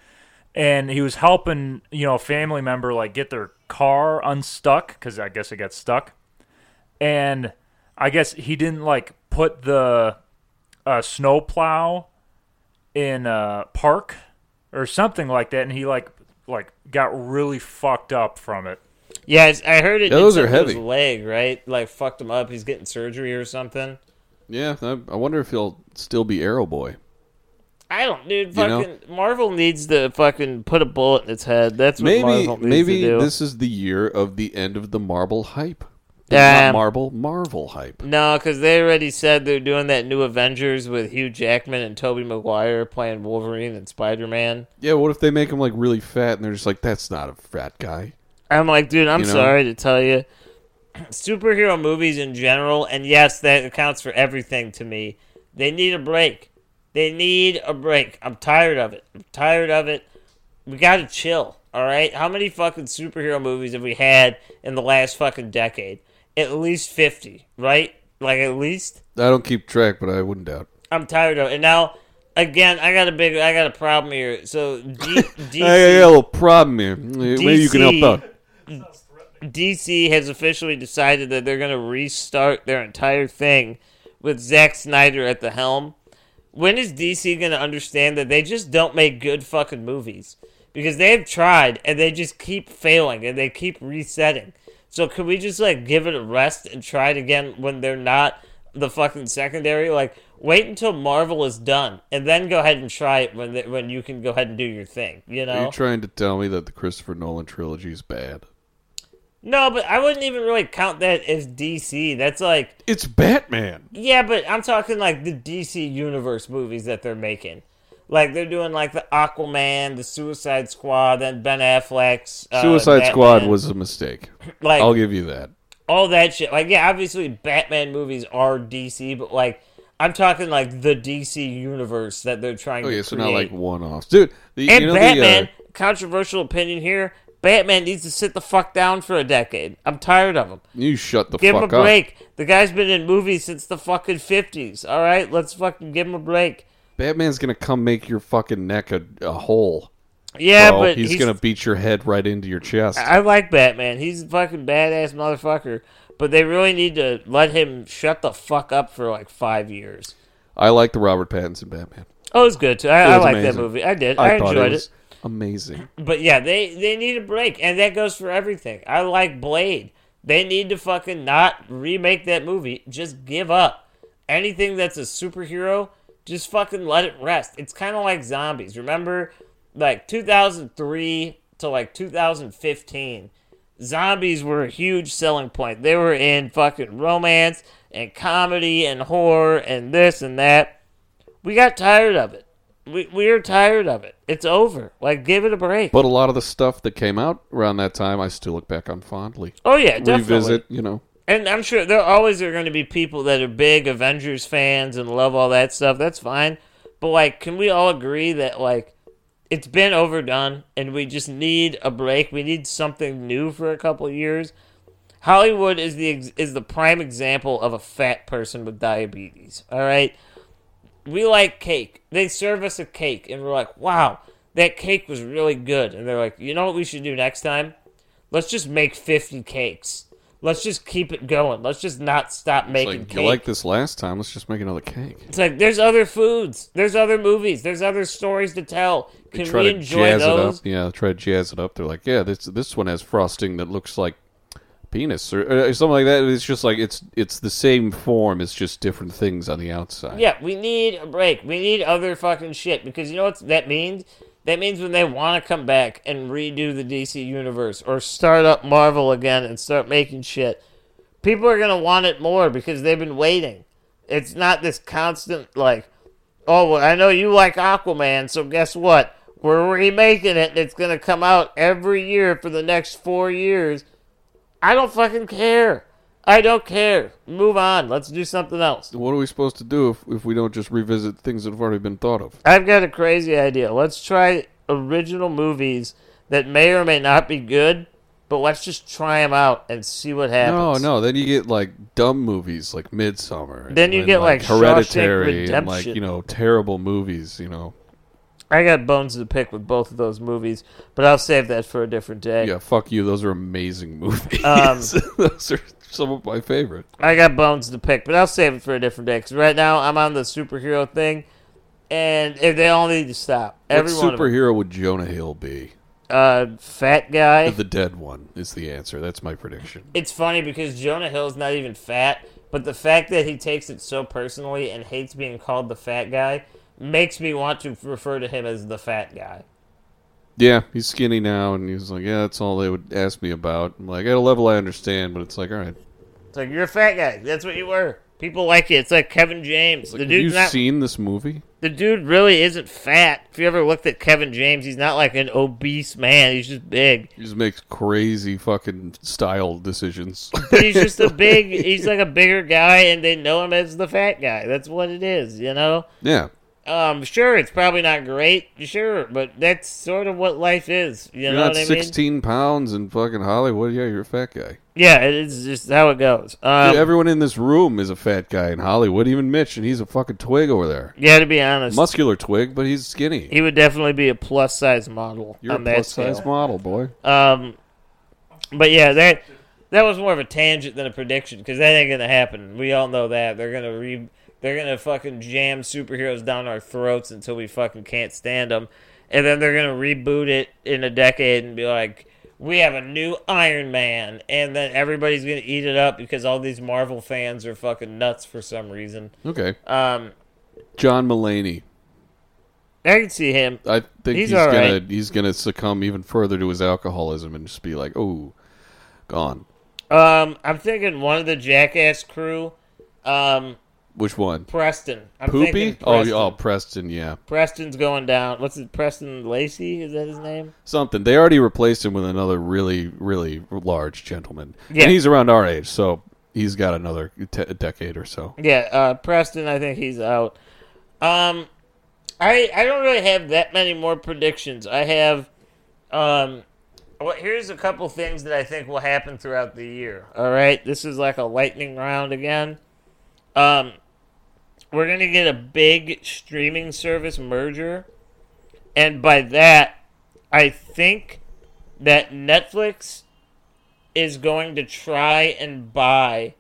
[SPEAKER 4] and he was helping you know a family member like get their car unstuck because I guess it got stuck, and I guess he didn't like put the uh, snowplow in a park or something like that, and he like like got really fucked up from it.
[SPEAKER 1] Yeah, it's- I heard it.
[SPEAKER 2] Yeah,
[SPEAKER 1] did
[SPEAKER 2] those are
[SPEAKER 1] something to his
[SPEAKER 2] heavy.
[SPEAKER 1] leg, right? Like fucked him up. He's getting surgery or something.
[SPEAKER 2] yeah, I, I wonder if he'll still be Arrow Boy.
[SPEAKER 1] I don't, dude.
[SPEAKER 2] You know?
[SPEAKER 1] Fucking Marvel needs to fucking put a bullet in its head. That's what
[SPEAKER 2] Maybe
[SPEAKER 1] Marvel needs
[SPEAKER 2] maybe
[SPEAKER 1] to do.
[SPEAKER 2] this is the year of the end of the Marvel hype.
[SPEAKER 1] Yeah.
[SPEAKER 2] Not Marvel, Marvel hype.
[SPEAKER 1] No, because they already said they're doing that new Avengers with Hugh Jackman and Tobey Maguire playing Wolverine and Spider Man.
[SPEAKER 2] Yeah, what if they make him like really fat and they're just like, that's not a fat guy?
[SPEAKER 1] I'm like, dude, I'm
[SPEAKER 2] You know?
[SPEAKER 1] sorry to tell you, superhero movies in general, and yes, that accounts for everything to me. They need a break. They need a break. I'm tired of it. I'm tired of it. We gotta chill. All right. How many fucking superhero movies have we had in the last fucking decade? At least fifty, right? Like at least.
[SPEAKER 2] I don't keep track, but I wouldn't doubt.
[SPEAKER 1] I'm tired of it. And now, again, I got a big, I got a problem here. So
[SPEAKER 2] *laughs*
[SPEAKER 1] D-
[SPEAKER 2] Hey, I got a
[SPEAKER 1] DC,
[SPEAKER 2] little problem here. Maybe you can
[SPEAKER 1] DC.
[SPEAKER 2] help out.
[SPEAKER 1] DC has officially decided that they're going to restart their entire thing with Zack Snyder at the helm. When is DC going to understand that they just don't make good fucking movies? Because they've tried and they just keep failing and they keep resetting. So can we just like give it a rest and try it again when they're not the fucking secondary. Like, wait until Marvel is done, and then go ahead and try it when th- when you can go ahead and do your thing. You
[SPEAKER 2] Are
[SPEAKER 1] know?
[SPEAKER 2] you trying to tell me that the Christopher Nolan trilogy is bad?
[SPEAKER 1] no, but I wouldn't even really count that as DC. That's like
[SPEAKER 2] It's Batman.
[SPEAKER 1] Yeah, but I'm talking like the DC Universe movies that they're making. Like they're doing like the Aquaman, the Suicide Squad, then Ben Affleck's uh,
[SPEAKER 2] Suicide Squad
[SPEAKER 1] Batman.
[SPEAKER 2] was a mistake.
[SPEAKER 1] like
[SPEAKER 2] I'll give you that.
[SPEAKER 1] all that shit. Like yeah, obviously Batman movies are DC, but like I'm talking like the DC Universe that they're trying
[SPEAKER 2] Okay,
[SPEAKER 1] to
[SPEAKER 2] Oh, so
[SPEAKER 1] create.
[SPEAKER 2] not like one offs, dude. The,
[SPEAKER 1] and
[SPEAKER 2] you know
[SPEAKER 1] Batman,
[SPEAKER 2] The, uh,
[SPEAKER 1] controversial opinion here. Batman needs to sit the fuck down for a decade. I'm tired of him.
[SPEAKER 2] you shut the
[SPEAKER 1] Give
[SPEAKER 2] fuck
[SPEAKER 1] him a
[SPEAKER 2] up.
[SPEAKER 1] break. The guy's been in movies since the fucking 50s. All right, let's fucking give him a break.
[SPEAKER 2] Batman's gonna come make your fucking neck a, a hole.
[SPEAKER 1] Yeah,
[SPEAKER 2] bro.
[SPEAKER 1] but
[SPEAKER 2] he's, gonna beat your head right into your chest.
[SPEAKER 1] I like Batman. He's a fucking badass motherfucker. But they really need to let him shut the fuck up for like five years.
[SPEAKER 2] I like the Robert Pattinson Batman.
[SPEAKER 1] Oh, it was good too. I,
[SPEAKER 2] It
[SPEAKER 1] I
[SPEAKER 2] was
[SPEAKER 1] like that
[SPEAKER 2] amazing.
[SPEAKER 1] movie. I did. I,
[SPEAKER 2] thought
[SPEAKER 1] enjoyed
[SPEAKER 2] it. Was
[SPEAKER 1] it,
[SPEAKER 2] amazing.
[SPEAKER 1] But yeah, they they need a break, and that goes for everything. I like Blade. They need to fucking not remake that movie. Just give up. Anything that's a superhero, just fucking let it rest. It's kind of like zombies. Remember, like 2003 to like 2015. zombies were a huge selling point. They were in fucking romance and comedy and horror and this and that. We got tired of it. We we're tired of it. It's over. Like give it a break.
[SPEAKER 2] But a lot of the stuff that came out around that time, I still look back on fondly.
[SPEAKER 1] oh yeah, definitely.
[SPEAKER 2] Revisit, you know.
[SPEAKER 1] And I'm sure there always are going to be people that are big Avengers fans and love all that stuff. That's fine. But like can we all agree that like it's been overdone and we just need a break. We need something new for a couple years. Hollywood is the ex- is the prime example of a fat person with diabetes. All right, we like cake. They serve us a cake, and we're like, "Wow, that cake was really good." And they're like, "You know what we should do next time? Let's just make fifty cakes. Let's just keep it going. Let's just not stop
[SPEAKER 2] Like,
[SPEAKER 1] making
[SPEAKER 2] you
[SPEAKER 1] cake."
[SPEAKER 2] like this last time? Let's just make another cake.
[SPEAKER 1] It's like there's other foods, there's other movies, there's other stories to tell. Can
[SPEAKER 2] try
[SPEAKER 1] we
[SPEAKER 2] to
[SPEAKER 1] enjoy
[SPEAKER 2] jazz
[SPEAKER 1] those?
[SPEAKER 2] it up. Yeah, try to jazz it up. They're like, yeah, this this one has frosting that looks like penis or, or something like that. It's just like it's it's the same form. It's just different things on the outside.
[SPEAKER 1] Yeah, we need a break. We need other fucking shit because you know what that means? That means when they want to come back and redo the DC universe or start up Marvel again and start making shit, people are going to want it more because they've been waiting. It's not this constant like, oh, well, I know you like Aquaman, so guess what? We're remaking it and it's going to come out every year for the next 4 years. I don't fucking care. I don't care. Move on. Let's do something else.
[SPEAKER 2] What are we supposed to do if, if we don't just revisit things that have already been thought of?
[SPEAKER 1] I've got a crazy idea. Let's try original movies that may or may not be good, but let's just try them out and see what
[SPEAKER 2] No,
[SPEAKER 1] happens.
[SPEAKER 2] no. Then you get like dumb movies like Midsummer. and-
[SPEAKER 1] Then you
[SPEAKER 2] and,
[SPEAKER 1] get, like, Shawshank
[SPEAKER 2] Hereditary and like
[SPEAKER 1] Redemption.
[SPEAKER 2] you know terrible movies. You know,
[SPEAKER 1] I got bones to pick with both of those movies, but I'll save that for a different day.
[SPEAKER 2] yeah, fuck you. Those are amazing *laughs* movies.
[SPEAKER 1] Um,
[SPEAKER 2] those are some of my favorite.
[SPEAKER 1] I got bones to pick, but I'll save it for a different day because right now I'm on the superhero thing, and if they all need to stop. Every
[SPEAKER 2] what
[SPEAKER 1] one of 'em.
[SPEAKER 2] superhero would Jonah Hill be?
[SPEAKER 1] Uh, fat guy.
[SPEAKER 2] The dead one is the answer. That's my prediction.
[SPEAKER 1] it's funny because Jonah Hill's not even fat, but the fact that he takes it so personally and hates being called the fat guy makes me want to refer to him as the fat guy.
[SPEAKER 2] Yeah, he's skinny now, and he's like, yeah, that's all they would ask me about. I'm like, at a level, I understand, but it's like, all right.
[SPEAKER 1] It's like you're a fat guy. That's what you were. People like it. It's like Kevin James.
[SPEAKER 2] Like,
[SPEAKER 1] the
[SPEAKER 2] have
[SPEAKER 1] dude's
[SPEAKER 2] you
[SPEAKER 1] not.
[SPEAKER 2] seen this movie?
[SPEAKER 1] the dude really isn't fat. If you ever looked at Kevin James, he's not like an obese man. He's just big.
[SPEAKER 2] He just makes crazy fucking style
[SPEAKER 1] *laughs*
[SPEAKER 2] decisions.
[SPEAKER 1] But he's just a big.
[SPEAKER 2] *laughs*
[SPEAKER 1] He's like a bigger guy, and they know him as the fat guy. That's what it is. You know.
[SPEAKER 2] yeah,
[SPEAKER 1] Um, sure, it's probably not great, sure, but that's sort of what life is. You
[SPEAKER 2] you're
[SPEAKER 1] know
[SPEAKER 2] not
[SPEAKER 1] what I mean?
[SPEAKER 2] 16 pounds in fucking Hollywood. Yeah, you're a fat guy.
[SPEAKER 1] Yeah, it is just how it goes. Um,
[SPEAKER 2] Dude, everyone in this room is a fat guy in Hollywood. Even Mitch, and he's a fucking twig over there.
[SPEAKER 1] yeah, to be honest,
[SPEAKER 2] Muscular twig, but he's skinny.
[SPEAKER 1] he would definitely be a plus size model
[SPEAKER 2] You're
[SPEAKER 1] on
[SPEAKER 2] a
[SPEAKER 1] that
[SPEAKER 2] plus
[SPEAKER 1] scale.
[SPEAKER 2] size model, boy.
[SPEAKER 1] Um, but yeah, that that was more of a tangent than a prediction because that ain't gonna happen. We all know that they're gonna re they're gonna fucking jam superheroes down our throats until we fucking can't stand them, and then they're gonna reboot it in a decade and be like, we have a new Iron Man, and then everybody's gonna eat it up because all these Marvel fans are fucking nuts for some reason.
[SPEAKER 2] Okay.
[SPEAKER 1] Um,
[SPEAKER 2] John Mullaney.
[SPEAKER 1] I can see him.
[SPEAKER 2] I think
[SPEAKER 1] He's
[SPEAKER 2] he's,
[SPEAKER 1] all
[SPEAKER 2] gonna
[SPEAKER 1] right.
[SPEAKER 2] he's gonna succumb even further to his alcoholism and just be like, "Oh, gone."
[SPEAKER 1] Um, I'm thinking one of the Jackass crew, um,
[SPEAKER 2] Which one?
[SPEAKER 1] Preston. I'm
[SPEAKER 2] Poopy?
[SPEAKER 1] Thinking
[SPEAKER 2] Oh,
[SPEAKER 1] Preston.
[SPEAKER 2] yeah, oh, Preston. Yeah,
[SPEAKER 1] Preston's going down. What's it? Preston Lacey? Is that his name?
[SPEAKER 2] something. They already replaced him with another really, really large gentleman,
[SPEAKER 1] Yeah.
[SPEAKER 2] and he's around our age, so he's got another te- decade or so.
[SPEAKER 1] Yeah, uh, Preston. I think he's out. Um, I I don't really have that many more predictions. I have, um, well, here's a couple things that I think will happen throughout the year. All right, this is like a lightning round again. Um, we're gonna get a big streaming service merger, and by that, I think that Netflix is going to try and buy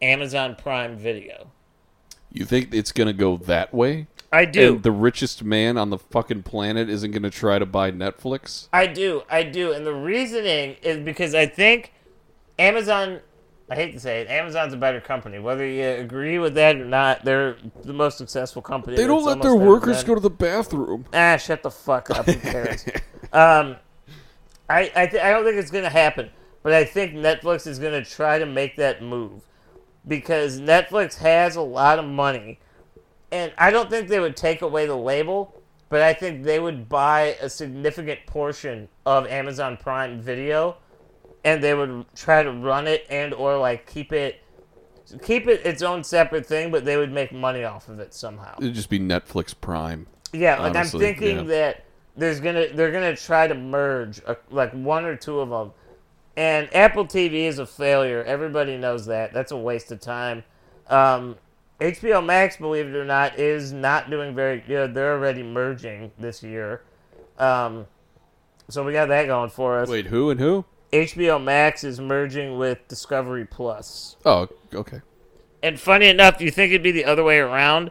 [SPEAKER 1] Amazon Prime Video.
[SPEAKER 2] You think it's gonna go that way?
[SPEAKER 1] I do.
[SPEAKER 2] And the richest man on the fucking planet isn't gonna try to buy Netflix?
[SPEAKER 1] I do. I do. And the reasoning is because I think Amazon, I hate to say it, Amazon's a better company. Whether you agree with that or not, they're the most successful company.
[SPEAKER 2] They don't
[SPEAKER 1] that's
[SPEAKER 2] let their
[SPEAKER 1] almost ever
[SPEAKER 2] workers
[SPEAKER 1] been.
[SPEAKER 2] go to the bathroom.
[SPEAKER 1] ah, shut the fuck up. Who cares? um, I I, th- I don't think it's gonna happen, but I think Netflix is gonna try to make that move because Netflix has a lot of money, and I don't think they would take away the label, but I think they would buy a significant portion of Amazon Prime Video, and they would try to run it and or like keep it. Keep it its own separate thing, but they would make money off of it somehow.
[SPEAKER 2] It'd just be Netflix Prime.
[SPEAKER 1] Yeah, like
[SPEAKER 2] Honestly,
[SPEAKER 1] I'm thinking
[SPEAKER 2] yeah.
[SPEAKER 1] that there's gonna they're gonna try to merge uh, like one or two of them, and Apple TV is a failure. Everybody knows that. That's a waste of time. Um, HBO Max, believe it or not, is not doing very good. They're already merging this year, um, so we got that going for us.
[SPEAKER 2] Wait, who and who?
[SPEAKER 1] HBO Max is merging with Discovery Plus.
[SPEAKER 2] Oh, okay.
[SPEAKER 1] And funny enough, you think it'd be the other way around.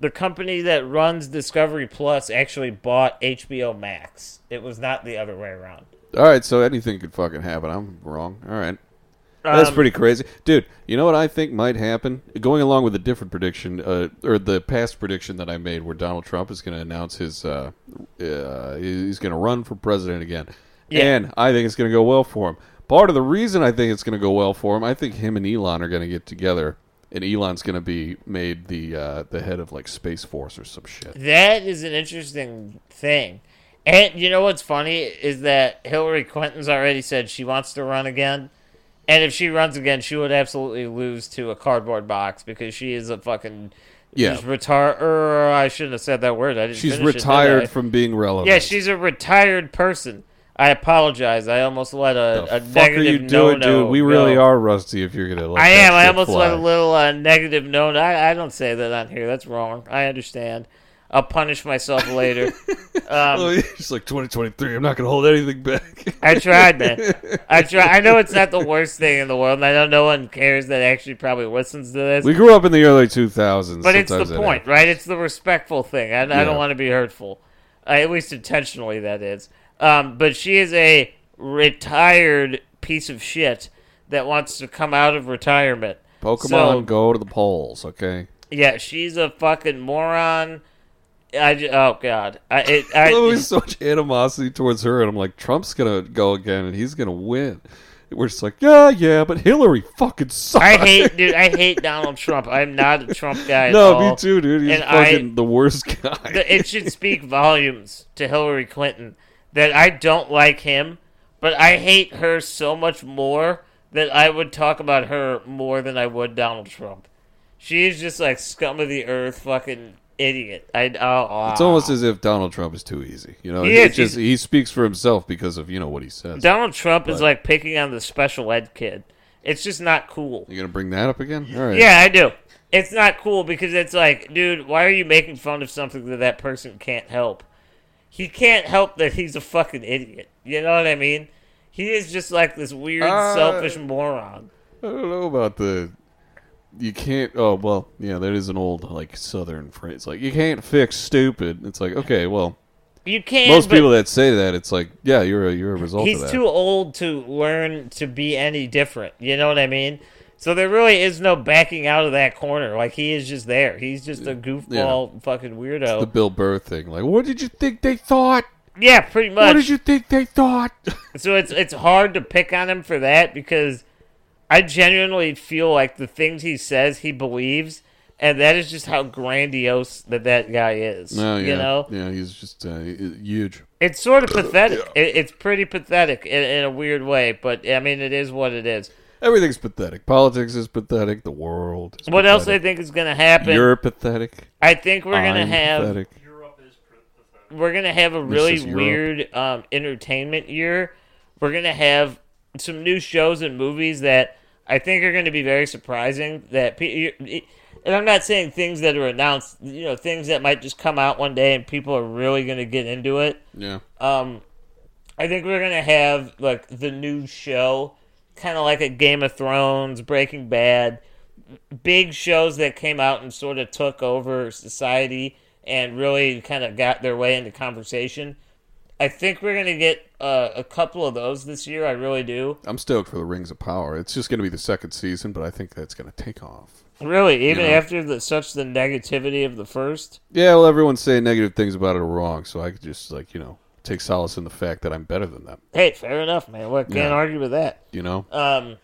[SPEAKER 1] The company that runs Discovery Plus actually bought HBO Max. It was not the other way around.
[SPEAKER 2] All right, so anything could fucking happen. I'm wrong. All right. That's
[SPEAKER 1] Um,
[SPEAKER 2] pretty crazy. Dude, you know what I think might happen? Going along with a different prediction, uh, or the past prediction that I made where Donald Trump is going to announce his, uh, uh, he's going to run for president again.
[SPEAKER 1] Yeah.
[SPEAKER 2] And I think it's going to go well for him. Part of the reason I think it's going to go well for him, I think him and Elon are going to get together, and Elon's going to be made the uh, the head of like Space Force or some shit.
[SPEAKER 1] That is an interesting thing. And you know what's funny is that Hillary Clinton's already said she wants to run again. And if she runs again, she would absolutely lose to a cardboard box because she is a fucking
[SPEAKER 2] Yeah.
[SPEAKER 1] she's retar- er, I shouldn't have said that word. I didn't
[SPEAKER 2] She's
[SPEAKER 1] finish it, did I?
[SPEAKER 2] retired from being relevant.
[SPEAKER 1] Yeah, she's a retired person. I apologize. I almost let a,
[SPEAKER 2] The
[SPEAKER 1] a
[SPEAKER 2] fuck are
[SPEAKER 1] negative
[SPEAKER 2] you doing,
[SPEAKER 1] no-no
[SPEAKER 2] dude? We
[SPEAKER 1] go.
[SPEAKER 2] really are rusty. If you're gonna, let
[SPEAKER 1] I
[SPEAKER 2] that
[SPEAKER 1] am. I
[SPEAKER 2] shit
[SPEAKER 1] almost
[SPEAKER 2] fly.
[SPEAKER 1] let a little uh, negative no. I, I don't say that on here. That's wrong. I understand. I'll punish myself later. um,
[SPEAKER 2] Oh, It's like 2023. I'm not gonna hold anything back.
[SPEAKER 1] I tried, man. I try. I know it's not the worst thing in the world, and I know no one cares that actually probably listens to this.
[SPEAKER 2] *laughs* we grew up in the early 2000s,
[SPEAKER 1] but it's the
[SPEAKER 2] Sometimes that
[SPEAKER 1] point,
[SPEAKER 2] happens.
[SPEAKER 1] right? It's the respectful thing. I, I
[SPEAKER 2] Yeah.
[SPEAKER 1] don't want to be hurtful, uh, at least intentionally. That is. Um, but she is a retired piece of shit that wants to come out of retirement.
[SPEAKER 2] Pokemon
[SPEAKER 1] So-
[SPEAKER 2] go to the polls, okay?
[SPEAKER 1] Yeah, she's a fucking moron. I ju- oh god, I it,
[SPEAKER 2] *laughs*
[SPEAKER 1] I
[SPEAKER 2] There
[SPEAKER 1] *laughs*
[SPEAKER 2] was so much animosity towards her, and I'm like, Trump's gonna go again, and he's gonna win. We're just like, yeah, yeah, but Hillary fucking sucks.
[SPEAKER 1] I hate dude. I hate Donald Trump. I'm not a Trump
[SPEAKER 2] *laughs*
[SPEAKER 1] guy. at
[SPEAKER 2] no,
[SPEAKER 1] all.
[SPEAKER 2] me too, dude. He's
[SPEAKER 1] And I-
[SPEAKER 2] fucking the worst *laughs* guy.
[SPEAKER 1] the- it should speak volumes to Hillary Clinton that I don't like him, but I hate her so much more that I would talk about her more than I would Donald Trump. She is just like scum of the earth, fucking idiot. I oh, oh.
[SPEAKER 2] it's almost as if Donald Trump is too easy. You know,
[SPEAKER 1] He
[SPEAKER 2] It's
[SPEAKER 1] is,
[SPEAKER 2] just he speaks for himself because of you know what he says.
[SPEAKER 1] Donald Trump is like picking on the special ed kid. It's just not cool.
[SPEAKER 2] You're gonna bring that up again? All right.
[SPEAKER 1] Yeah, I do. It's not cool because it's like, dude, why are you making fun of something that that person can't help? He can't help that he's a fucking idiot. You know what I mean? He is just like this weird,
[SPEAKER 2] Uh,
[SPEAKER 1] selfish moron.
[SPEAKER 2] I don't know about the. You can't. Oh well, yeah, that is an old like Southern phrase. Like you can't fix stupid. It's like okay, well,
[SPEAKER 1] You can't.
[SPEAKER 2] Most
[SPEAKER 1] but
[SPEAKER 2] people that say that, it's like, yeah, you're a you're a result of
[SPEAKER 1] He's
[SPEAKER 2] that.
[SPEAKER 1] too old to learn to be any different. You know what I mean? So there really is no backing out of that corner. Like he is just there. He's just a goofball fucking weirdo.
[SPEAKER 2] the Bill Burr thing, like, what did you think they thought?
[SPEAKER 1] yeah, pretty much.
[SPEAKER 2] What did you think they
[SPEAKER 1] *laughs*
[SPEAKER 2] thought? *laughs*
[SPEAKER 1] So it's it's hard to pick on him for that because I genuinely feel like the things he says he believes, and that is just how grandiose that that guy is.
[SPEAKER 2] no, Oh, yeah,
[SPEAKER 1] You know,
[SPEAKER 2] yeah, he's just uh, huge.
[SPEAKER 1] it's sort of pathetic. It, it's pretty pathetic in, in a weird way, but I mean, it is what it is.
[SPEAKER 2] Everything's pathetic. Politics is pathetic. The world. Is
[SPEAKER 1] What else I
[SPEAKER 2] pathetic.
[SPEAKER 1] think is going to happen?
[SPEAKER 2] You're pathetic.
[SPEAKER 1] I think we're going to
[SPEAKER 2] I'm
[SPEAKER 1] have
[SPEAKER 2] pathetic.
[SPEAKER 3] Europe is pr- pathetic.
[SPEAKER 1] we're gonna have a really
[SPEAKER 2] is Europe.
[SPEAKER 1] weird um, entertainment year. We're gonna have some new shows and movies that I think are gonna be very surprising. That pe- and I'm not saying things that are announced, you know, things that might just come out one day and people are really gonna get into it.
[SPEAKER 2] Yeah.
[SPEAKER 1] Um, I think we're gonna have like the new show, kind of like a Game of Thrones, Breaking Bad, big shows that came out and sort of took over society and really kind of got their way into conversation. I think we're gonna get uh, a couple of those this year. I really do.
[SPEAKER 2] I'm stoked for the Rings of Power. It's just going to be the second season, but I think that's going to take off.
[SPEAKER 1] Really, even
[SPEAKER 2] Yeah.
[SPEAKER 1] after the, such the negativity of the first.
[SPEAKER 2] Yeah, well, everyone's saying negative things about it are wrong, so I could just like you know take solace in the fact that I'm better than them.
[SPEAKER 1] Hey, fair enough, man. What can't
[SPEAKER 2] Yeah.
[SPEAKER 1] argue with that.
[SPEAKER 2] You know,
[SPEAKER 1] Um,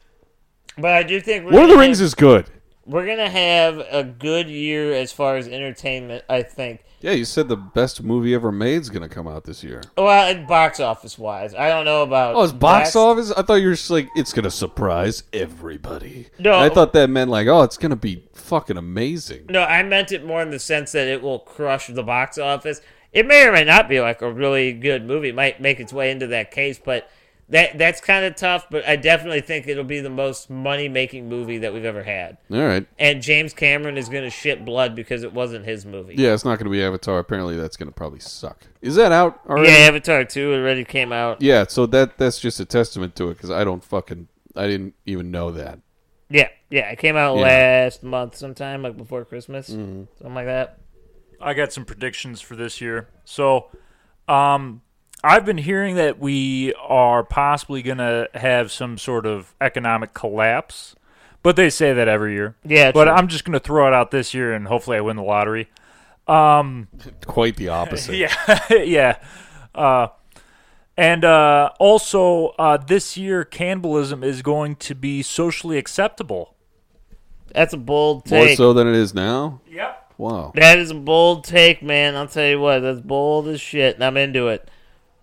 [SPEAKER 1] but I do think we're
[SPEAKER 2] Lord of the
[SPEAKER 1] gonna
[SPEAKER 2] Rings
[SPEAKER 1] have-
[SPEAKER 2] is good.
[SPEAKER 1] We're gonna have a good year as far as entertainment, I think.
[SPEAKER 2] Yeah, you said the best movie ever made is going to come out this year.
[SPEAKER 1] Well, and box office wise, I don't know about.
[SPEAKER 2] Oh, it's box
[SPEAKER 1] last-
[SPEAKER 2] office. I thought you were just like it's going to surprise everybody.
[SPEAKER 1] No.
[SPEAKER 2] And I thought that meant like oh, it's going to be fucking amazing.
[SPEAKER 1] No, I meant it more in the sense that it will crush the box office. It may or may not be like a really good movie. It might make its way into that case, but that that's kind of tough. But I definitely think it'll be the most money making movie that we've ever had.
[SPEAKER 2] All right.
[SPEAKER 1] And James Cameron is gonna shit blood because it wasn't his movie.
[SPEAKER 2] Yeah, it's not going to be Avatar. Apparently, that's going to probably suck. Is that out already?
[SPEAKER 1] Yeah, Avatar two already came out.
[SPEAKER 2] Yeah, so that that's just a testament to it because I don't fucking I didn't even know that.
[SPEAKER 1] Yeah, yeah, it came out
[SPEAKER 2] Yeah. Mm-hmm.
[SPEAKER 1] last month sometime, like before Christmas, something like that.
[SPEAKER 4] I got some predictions for this year. So, um, I've been hearing that we are possibly going to have some sort of economic collapse, but they say that every year.
[SPEAKER 1] Yeah,
[SPEAKER 4] But
[SPEAKER 1] true.
[SPEAKER 4] I'm just going to throw it out this year, and hopefully, I win the lottery. *laughs*
[SPEAKER 2] Quite
[SPEAKER 1] *laughs*
[SPEAKER 2] the opposite.
[SPEAKER 4] Yeah, yeah. Uh, and uh, also, uh, this year, cannibalism is going to be socially acceptable.
[SPEAKER 1] That's a bold
[SPEAKER 2] More
[SPEAKER 1] take.
[SPEAKER 2] so than it is now.
[SPEAKER 4] Yep.
[SPEAKER 2] Wow.
[SPEAKER 1] That is a bold take, man. I'll tell you what, that's bold as shit, and I'm into it.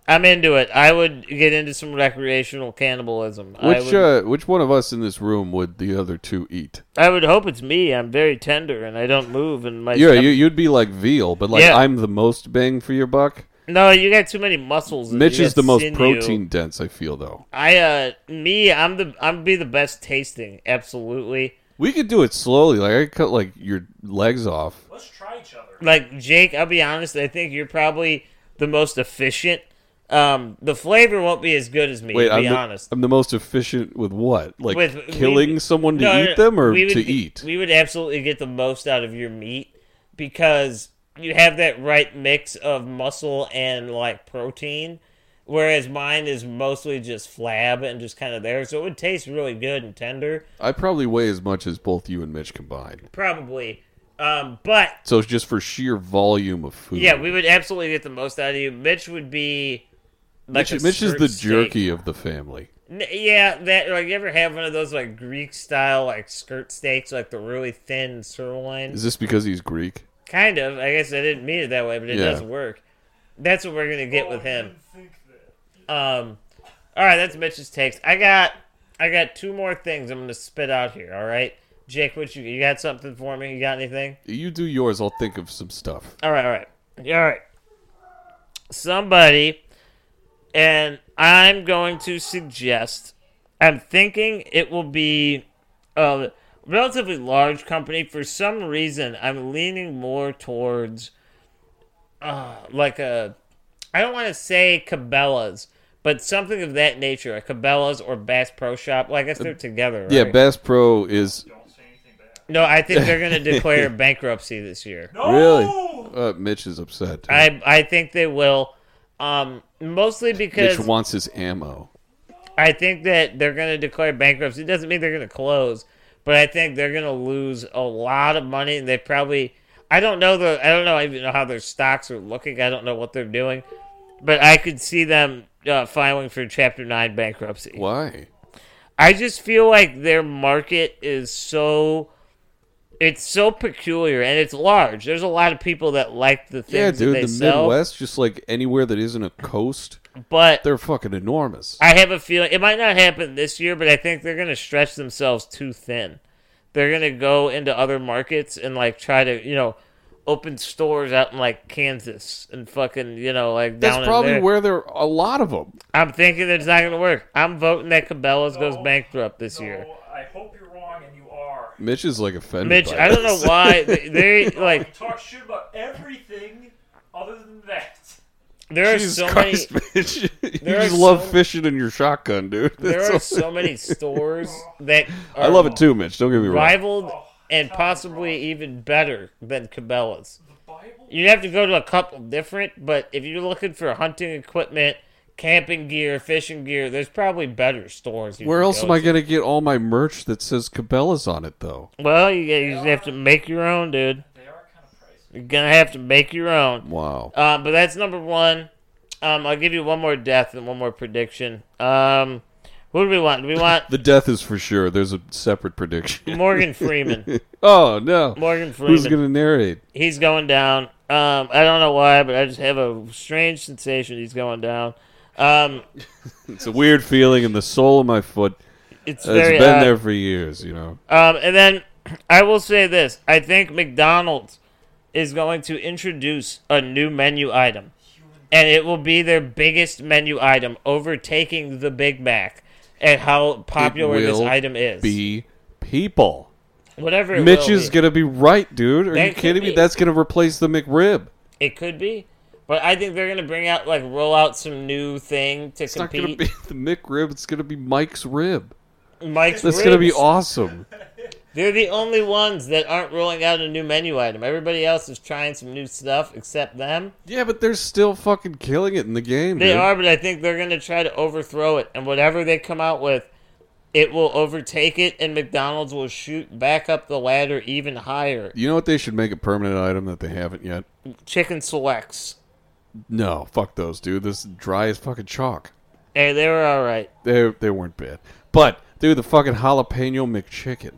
[SPEAKER 1] I'm into it. I would get into some recreational cannibalism. I
[SPEAKER 2] Which
[SPEAKER 1] would,
[SPEAKER 2] uh, which one of us in this room would the other two eat?
[SPEAKER 1] I would hope it's me. I'm very tender and I don't move. And my
[SPEAKER 2] Yeah,
[SPEAKER 1] stomach-
[SPEAKER 2] you, you'd be like veal, but like
[SPEAKER 1] Yeah.
[SPEAKER 2] I'm the most bang for your buck.
[SPEAKER 1] no, you got too many muscles. and
[SPEAKER 2] Mitch
[SPEAKER 1] you
[SPEAKER 2] is
[SPEAKER 1] got
[SPEAKER 2] the most
[SPEAKER 1] sinew.
[SPEAKER 2] protein dense. I feel though.
[SPEAKER 1] I uh, me, I'm the I'm be the best tasting. Absolutely.
[SPEAKER 2] We could do it slowly. Like I could cut like your legs off.
[SPEAKER 3] Let's try each other.
[SPEAKER 1] like Jake, I'll be honest. I think you're probably the most efficient. Um, the flavor won't be as good as me.
[SPEAKER 2] Wait,
[SPEAKER 1] to
[SPEAKER 2] I'm
[SPEAKER 1] be
[SPEAKER 2] the,
[SPEAKER 1] honest.
[SPEAKER 2] I'm the most efficient with what? Like
[SPEAKER 1] With- we-
[SPEAKER 2] killing someone to
[SPEAKER 1] No, no,
[SPEAKER 2] eat them or
[SPEAKER 1] we would
[SPEAKER 2] to
[SPEAKER 1] be-
[SPEAKER 2] eat?
[SPEAKER 1] we would absolutely get the most out of your meat because you have that right mix of muscle and like protein, whereas mine is mostly just flab and just kind of there. So it would taste really good and tender,
[SPEAKER 2] I probably weigh as much as both you and Mitch combined.
[SPEAKER 1] probably. Um, but
[SPEAKER 2] So it's just for sheer volume of food.
[SPEAKER 1] yeah, we would absolutely get the most out of you. Mitch would be. Like
[SPEAKER 2] Mitch,
[SPEAKER 1] a
[SPEAKER 2] Mitch is the
[SPEAKER 1] steak.
[SPEAKER 2] jerky of the family.
[SPEAKER 1] N- Yeah, that like you ever have one of those like Greek style like skirt steaks, like the really thin sirloin.
[SPEAKER 2] Is this because he's Greek?
[SPEAKER 1] kind of. I guess I didn't mean it that way, but it
[SPEAKER 2] Yeah.
[SPEAKER 1] does work. That's what we're gonna get with
[SPEAKER 3] Oh, I
[SPEAKER 1] him.
[SPEAKER 3] didn't think that.
[SPEAKER 1] Um, all right, that's Mitch's takes. I got, I got two more things I'm gonna spit out here. All right, Jake, what you you got something for me? You got anything?
[SPEAKER 2] You do yours. I'll think of some stuff.
[SPEAKER 1] All right, all right, all right. Somebody, and I'm going to suggest. I'm thinking it will be a relatively large company. For some reason, I'm leaning more towards uh, like a. I don't want to say Cabela's, but something of that nature, a Cabela's or Bass Pro Shop. Well, I guess they're together. Right?
[SPEAKER 2] Yeah, Bass Pro is
[SPEAKER 1] no, I think they're going to declare bankruptcy this year.
[SPEAKER 3] No!
[SPEAKER 2] really. Uh, Mitch is upset.
[SPEAKER 1] I I think they will. Um, mostly because
[SPEAKER 2] Mitch wants his ammo.
[SPEAKER 1] I think that they're going to declare bankruptcy. It doesn't mean they're going to close, but I think they're going to lose a lot of money. And they probably, I don't know the, I don't know even know how their stocks are looking. I don't know what they're doing, but I could see them uh, filing for Chapter Nine bankruptcy.
[SPEAKER 2] Why?
[SPEAKER 1] I just feel like their market is so. It's so peculiar and it's large. There's a lot of people that like the things
[SPEAKER 2] Yeah,
[SPEAKER 1] that
[SPEAKER 2] dude,
[SPEAKER 1] they
[SPEAKER 2] the
[SPEAKER 1] sell,
[SPEAKER 2] Midwest, just like anywhere that isn't a coast,
[SPEAKER 1] but
[SPEAKER 2] they're fucking enormous.
[SPEAKER 1] I have a feeling it might not happen this year, but I think they're going to stretch themselves too thin. They're going to go into other markets and like try to, you know, open stores out in like Kansas and fucking, you know, like down
[SPEAKER 2] That's probably
[SPEAKER 1] in there.
[SPEAKER 2] where there are a lot of them.
[SPEAKER 1] I'm thinking that it's not going to work. I'm voting that Cabela's goes
[SPEAKER 4] No.
[SPEAKER 1] bankrupt this year.
[SPEAKER 4] So I hope you're wrong, and you are.
[SPEAKER 2] Mitch is like offended.
[SPEAKER 1] Mitch,
[SPEAKER 2] by
[SPEAKER 1] I don't know
[SPEAKER 2] this. *laughs*
[SPEAKER 1] why they, they like
[SPEAKER 4] Talk shit about everything other than that. *laughs*
[SPEAKER 1] there
[SPEAKER 2] *laughs*
[SPEAKER 1] are
[SPEAKER 2] Jesus
[SPEAKER 1] so
[SPEAKER 2] Christ,
[SPEAKER 1] many
[SPEAKER 2] Mitch. *laughs* You
[SPEAKER 1] There
[SPEAKER 2] just
[SPEAKER 1] are
[SPEAKER 2] love
[SPEAKER 1] so-
[SPEAKER 2] fishing in your shotgun, dude. *laughs* That's
[SPEAKER 1] there are
[SPEAKER 2] all-
[SPEAKER 1] so many stores that are
[SPEAKER 2] I love it too, Mitch. Don't get me wrong.
[SPEAKER 1] rivaled and possibly even better than Cabela's. You have to go to a couple different, but if you're looking for hunting equipment, camping gear, fishing gear, there's probably better stores. You
[SPEAKER 2] Where
[SPEAKER 1] can
[SPEAKER 2] else
[SPEAKER 1] go
[SPEAKER 2] am I
[SPEAKER 1] to.
[SPEAKER 2] going to get all my merch that says Cabela's on it, though?
[SPEAKER 1] Well, you, you just have to make your own, dude. You're gonna have to make your own.
[SPEAKER 2] Wow.
[SPEAKER 1] Um, but that's number one. Um, I'll give you one more death and one more prediction. Um, who do we want? Do we want
[SPEAKER 2] *laughs* The death is for sure. There's a separate prediction. *laughs*
[SPEAKER 1] Morgan Freeman?
[SPEAKER 2] Oh, no.
[SPEAKER 1] Morgan Freeman.
[SPEAKER 2] Who's going to narrate?
[SPEAKER 1] he's going down. Um, I don't know why, but I just have a strange sensation he's going down. Um,
[SPEAKER 2] It's a weird feeling in the sole of my foot.
[SPEAKER 1] it's
[SPEAKER 2] It's uh,
[SPEAKER 1] very
[SPEAKER 2] been
[SPEAKER 1] odd.
[SPEAKER 2] there for years, you know.
[SPEAKER 1] Um, and then I will say this: I think McDonald's is going to introduce a new menu item, and it will be their biggest menu item, overtaking the Big Mac. At how popular
[SPEAKER 2] It
[SPEAKER 1] this
[SPEAKER 2] will
[SPEAKER 1] item is,
[SPEAKER 2] Be people.
[SPEAKER 1] whatever it
[SPEAKER 2] Mitch
[SPEAKER 1] will
[SPEAKER 2] is
[SPEAKER 1] be.
[SPEAKER 2] going to be right, dude. Are
[SPEAKER 1] That
[SPEAKER 2] you
[SPEAKER 1] could
[SPEAKER 2] kidding me?
[SPEAKER 1] be.
[SPEAKER 2] That's going to replace the McRib.
[SPEAKER 1] It could be, but I think they're gonna bring out like roll out some new thing to
[SPEAKER 2] It's not going to
[SPEAKER 1] compete.
[SPEAKER 2] be *laughs* the McRib. It's going to be Mike's Rib. *laughs*
[SPEAKER 1] Mike's
[SPEAKER 2] That's going to be
[SPEAKER 1] Ribs.
[SPEAKER 2] awesome.
[SPEAKER 1] They're the only ones that aren't rolling out a new menu item. Everybody else is trying some new stuff except them.
[SPEAKER 2] *laughs* Yeah, but they're still fucking killing it in the game.
[SPEAKER 1] They
[SPEAKER 2] dude.
[SPEAKER 1] are, but I think they're going to try to overthrow it. And whatever they come out with, it will overtake it, and McDonald's will shoot back up the ladder even higher.
[SPEAKER 2] You know what? They should make a permanent item that they haven't yet.
[SPEAKER 1] Chicken selects.
[SPEAKER 2] No, fuck those, dude. This is dry as fucking chalk.
[SPEAKER 1] Hey, they were all right.
[SPEAKER 2] They they weren't bad, but dude, the fucking jalapeno McChicken.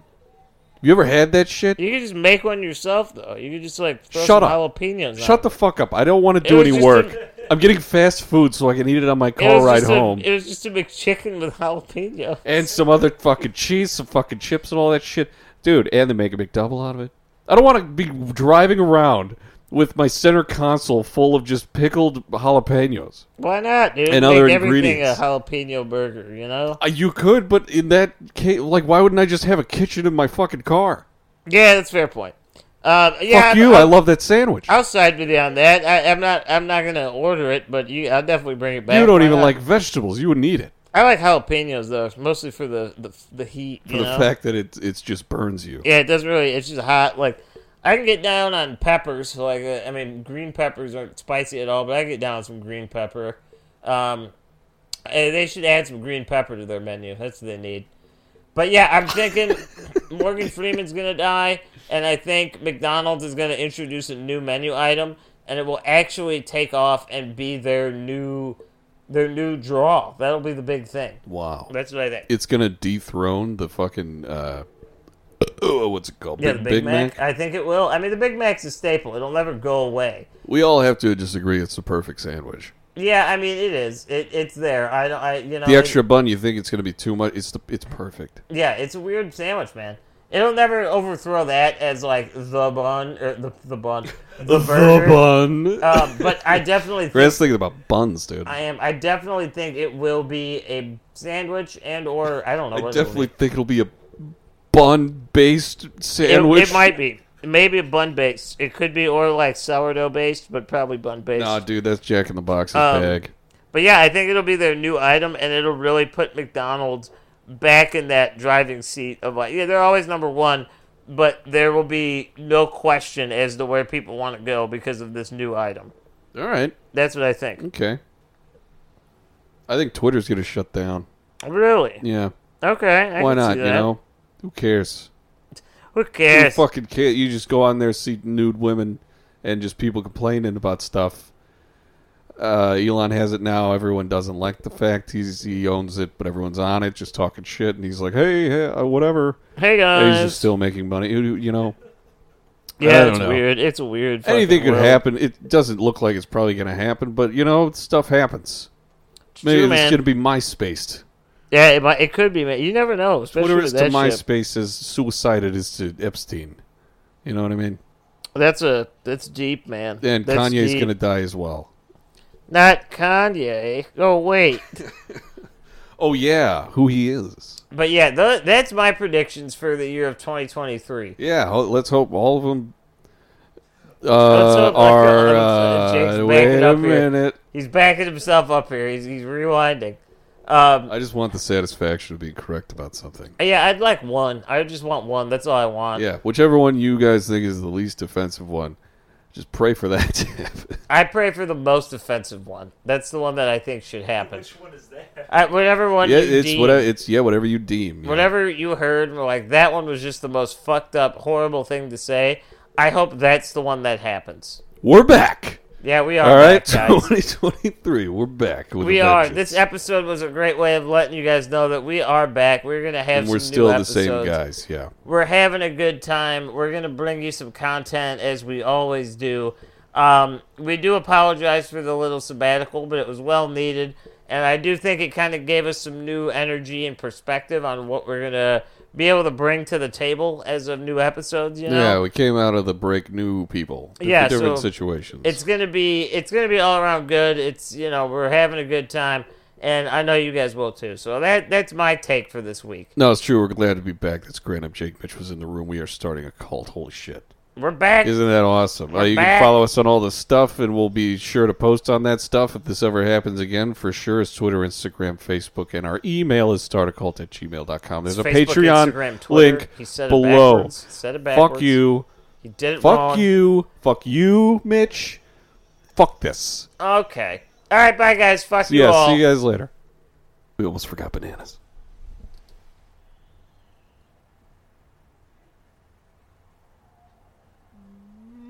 [SPEAKER 2] You ever had that shit?
[SPEAKER 1] You could just make one yourself, though. You could just, like, throw
[SPEAKER 2] Shut
[SPEAKER 1] some
[SPEAKER 2] up.
[SPEAKER 1] jalapenos
[SPEAKER 2] Shut the fuck up! I don't want to do
[SPEAKER 1] was
[SPEAKER 2] any
[SPEAKER 1] just
[SPEAKER 2] work.
[SPEAKER 1] a-
[SPEAKER 2] i I'm getting fast food so I can eat it on my
[SPEAKER 1] it
[SPEAKER 2] car
[SPEAKER 1] was
[SPEAKER 2] ride
[SPEAKER 1] just a-
[SPEAKER 2] home,
[SPEAKER 1] it was just a McChicken with *laughs* jalapeno.
[SPEAKER 2] and some other fucking cheese, some fucking chips, and all that shit, dude. And they make a McDouble out of it. I don't want to be driving around with my center console full of just pickled jalapenos.
[SPEAKER 1] Why not, dude? Make
[SPEAKER 2] And other
[SPEAKER 1] everything a
[SPEAKER 2] ingredients.
[SPEAKER 1] jalapeno burger, you know?
[SPEAKER 2] Uh, You could, but in that case, like, why wouldn't I just have a kitchen in my fucking car?
[SPEAKER 1] Yeah, that's a fair point. Um, yeah,
[SPEAKER 2] Fuck
[SPEAKER 1] I'm-
[SPEAKER 2] you! i
[SPEAKER 1] I'm-
[SPEAKER 2] love that sandwich.
[SPEAKER 1] I'll side with you on that. I, I'm not. I'm not gonna order it, but you, I'll definitely bring it back.
[SPEAKER 2] you don't
[SPEAKER 1] Why
[SPEAKER 2] even
[SPEAKER 1] not?
[SPEAKER 2] like vegetables. You wouldn't eat it
[SPEAKER 1] I like jalapenos though, mostly for the the, the heat.
[SPEAKER 2] for
[SPEAKER 1] you
[SPEAKER 2] the
[SPEAKER 1] know?
[SPEAKER 2] fact that it it's just burns you.
[SPEAKER 1] Yeah, it doesn't really. It's just hot. Like I can get down on peppers. Like uh, I mean, green peppers aren't spicy at all, but I can get down on some green pepper. Um, eh, they should add some green pepper to their menu. That's what they need. But yeah, I'm thinking Morgan Freeman's gonna die, and I think McDonald's is gonna introduce a new menu item, and it will actually take off and be their new their new draw. That'll be the big thing.
[SPEAKER 2] Wow,
[SPEAKER 1] That's what I think.
[SPEAKER 2] it's gonna dethrone the fucking uh, *coughs* oh, what's it called?
[SPEAKER 1] Yeah, the Big, Mac, I think it will. I mean, the Big Mac's a staple. It'll never go away.
[SPEAKER 2] We all have to just agree it's the perfect sandwich.
[SPEAKER 1] Yeah, I mean, it is. It, it's there. I don't. I you know.
[SPEAKER 2] The
[SPEAKER 1] it-
[SPEAKER 2] extra bun, you think it's gonna be too much? It's the it's perfect.
[SPEAKER 1] yeah, it's a weird sandwich, man. It'll never overthrow that as like the bun or the the bun, the burger.
[SPEAKER 2] bun.
[SPEAKER 1] Um, but I definitely
[SPEAKER 2] *laughs*
[SPEAKER 1] think
[SPEAKER 2] Greg's thinking about buns, dude.
[SPEAKER 1] I
[SPEAKER 2] I,
[SPEAKER 1] am. I definitely think it will be a sandwich and or I don't know. what
[SPEAKER 2] definitely think it'll be a bun-based
[SPEAKER 1] It'll be.
[SPEAKER 2] sandwich.
[SPEAKER 1] It, it might be. Maybe a bun based. It could be or like sourdough based, but probably bun based.
[SPEAKER 2] Nah, dude, that's Jack in the Box's
[SPEAKER 1] Um,
[SPEAKER 2] bag.
[SPEAKER 1] But yeah, I think it'll be their new item, and it'll really put McDonald's back in that driving seat of like, yeah, they're always number one, but there will be no question as to where people want to go because of this new item.
[SPEAKER 2] All right,
[SPEAKER 1] That's what I think.
[SPEAKER 2] okay. I think Twitter's gonna shut down.
[SPEAKER 1] Really?
[SPEAKER 2] Yeah,
[SPEAKER 1] Okay. I
[SPEAKER 2] why
[SPEAKER 1] can see
[SPEAKER 2] not? You
[SPEAKER 1] that.
[SPEAKER 2] know, who cares?
[SPEAKER 1] Who
[SPEAKER 2] Who
[SPEAKER 1] cares?
[SPEAKER 2] fucking cares? You just go on there, see nude women, and just people complaining about stuff. Uh, Elon has it now. Everyone doesn't like the fact he's he owns it, but everyone's on it, just talking shit. And he's like, "Hey, hey uh, whatever."
[SPEAKER 1] Hey
[SPEAKER 2] And
[SPEAKER 1] guys.
[SPEAKER 2] he's just still making money. You you know, I
[SPEAKER 1] yeah,
[SPEAKER 2] don't
[SPEAKER 1] it's
[SPEAKER 2] know.
[SPEAKER 1] weird. It's a weird. fucking
[SPEAKER 2] anything could
[SPEAKER 1] world.
[SPEAKER 2] happen. It doesn't look like it's probably going to happen, but you know, stuff happens.
[SPEAKER 1] It's
[SPEAKER 2] Maybe
[SPEAKER 1] true,
[SPEAKER 2] it's
[SPEAKER 1] man.
[SPEAKER 2] going to be MySpace.
[SPEAKER 1] Yeah, it, might, it could be. Man. You never know. Especially
[SPEAKER 2] Twitter
[SPEAKER 1] with
[SPEAKER 2] is to
[SPEAKER 1] that shit.
[SPEAKER 2] MySpace as suicide it is to Epstein. You know what I mean?
[SPEAKER 1] That's a that's deep, man.
[SPEAKER 2] And
[SPEAKER 1] that's
[SPEAKER 2] Kanye's
[SPEAKER 1] deep.
[SPEAKER 2] going to die as well.
[SPEAKER 1] not Kanye. Oh wait,
[SPEAKER 2] Oh yeah, who he is?
[SPEAKER 1] but yeah, tho- that's my predictions for the year of 2023.
[SPEAKER 2] Yeah, ho- let's hope all of them
[SPEAKER 1] Let's
[SPEAKER 2] uh,
[SPEAKER 1] hope-
[SPEAKER 2] are.
[SPEAKER 1] let's- let's-
[SPEAKER 2] Uh,
[SPEAKER 1] Jake's
[SPEAKER 2] wait
[SPEAKER 1] backing
[SPEAKER 2] a
[SPEAKER 1] up here.
[SPEAKER 2] minute.
[SPEAKER 1] He's backing himself up here. He's he's rewinding. Um,
[SPEAKER 2] I just want the satisfaction of being correct about something.
[SPEAKER 1] yeah, I'd like one. I just want one. That's all I want.
[SPEAKER 2] Yeah, whichever one you guys think is the least offensive one, just pray for that *laughs* to happen.
[SPEAKER 1] I pray for the most offensive one. That's the one that I think should happen.
[SPEAKER 3] Which one is that?
[SPEAKER 1] I, whatever one.
[SPEAKER 2] Yeah,
[SPEAKER 1] you
[SPEAKER 2] it's
[SPEAKER 1] deem-
[SPEAKER 2] whatever. It's yeah, whatever you deem. yeah.
[SPEAKER 1] whatever you heard were like that one was just the most fucked up horrible thing to say i hope that's the one that happens
[SPEAKER 2] We're back.
[SPEAKER 1] yeah we are
[SPEAKER 2] All right,
[SPEAKER 1] back, guys.
[SPEAKER 2] *laughs* 2023. We're back. With
[SPEAKER 1] we
[SPEAKER 2] a
[SPEAKER 1] are
[SPEAKER 2] vengeance.
[SPEAKER 1] this episode was a great way of letting you guys know that we are back we're gonna have
[SPEAKER 2] And we're
[SPEAKER 1] some
[SPEAKER 2] still
[SPEAKER 1] new
[SPEAKER 2] the same
[SPEAKER 1] episodes.
[SPEAKER 2] guys. Yeah.
[SPEAKER 1] we're having a good time we're gonna bring you some content as we always do um, we do apologize for the little sabbatical but it was well needed and i do think it kind of gave us some new energy and perspective on what we're gonna be able to bring to the table as of new episodes you know
[SPEAKER 2] Yeah, we came out of the break new people. Different-
[SPEAKER 1] Yeah,
[SPEAKER 2] different
[SPEAKER 1] so
[SPEAKER 2] situations.
[SPEAKER 1] it's gonna be it's gonna be all around good. It's you know we're having a good time, and I know you guys will too. So that that's my take for this week.
[SPEAKER 2] no, it's true. We're glad to be back. That's great. I'm Jake Mitch was in the room. We are starting a cult. Holy shit.
[SPEAKER 1] We're back.
[SPEAKER 2] Isn't that awesome? Uh, you
[SPEAKER 1] back.
[SPEAKER 2] can follow us on all the stuff, and we'll be sure to post on that stuff if this ever happens again. For sure, it's Twitter, Instagram, Facebook, and our email is startacult at gmail.com. There's
[SPEAKER 1] It's
[SPEAKER 2] a
[SPEAKER 1] Facebook,
[SPEAKER 2] Patreon
[SPEAKER 1] Instagram, Twitter.
[SPEAKER 2] link
[SPEAKER 1] He said it
[SPEAKER 2] below.
[SPEAKER 1] backwards. Said it
[SPEAKER 2] Fuck
[SPEAKER 1] backwards.
[SPEAKER 2] you.
[SPEAKER 1] You did it
[SPEAKER 2] Fuck
[SPEAKER 1] wrong.
[SPEAKER 2] you. Fuck you, Mitch. Fuck this.
[SPEAKER 1] Okay. All right. Bye, guys. Fuck you
[SPEAKER 2] yeah,
[SPEAKER 1] all.
[SPEAKER 2] see you guys later. We almost forgot bananas.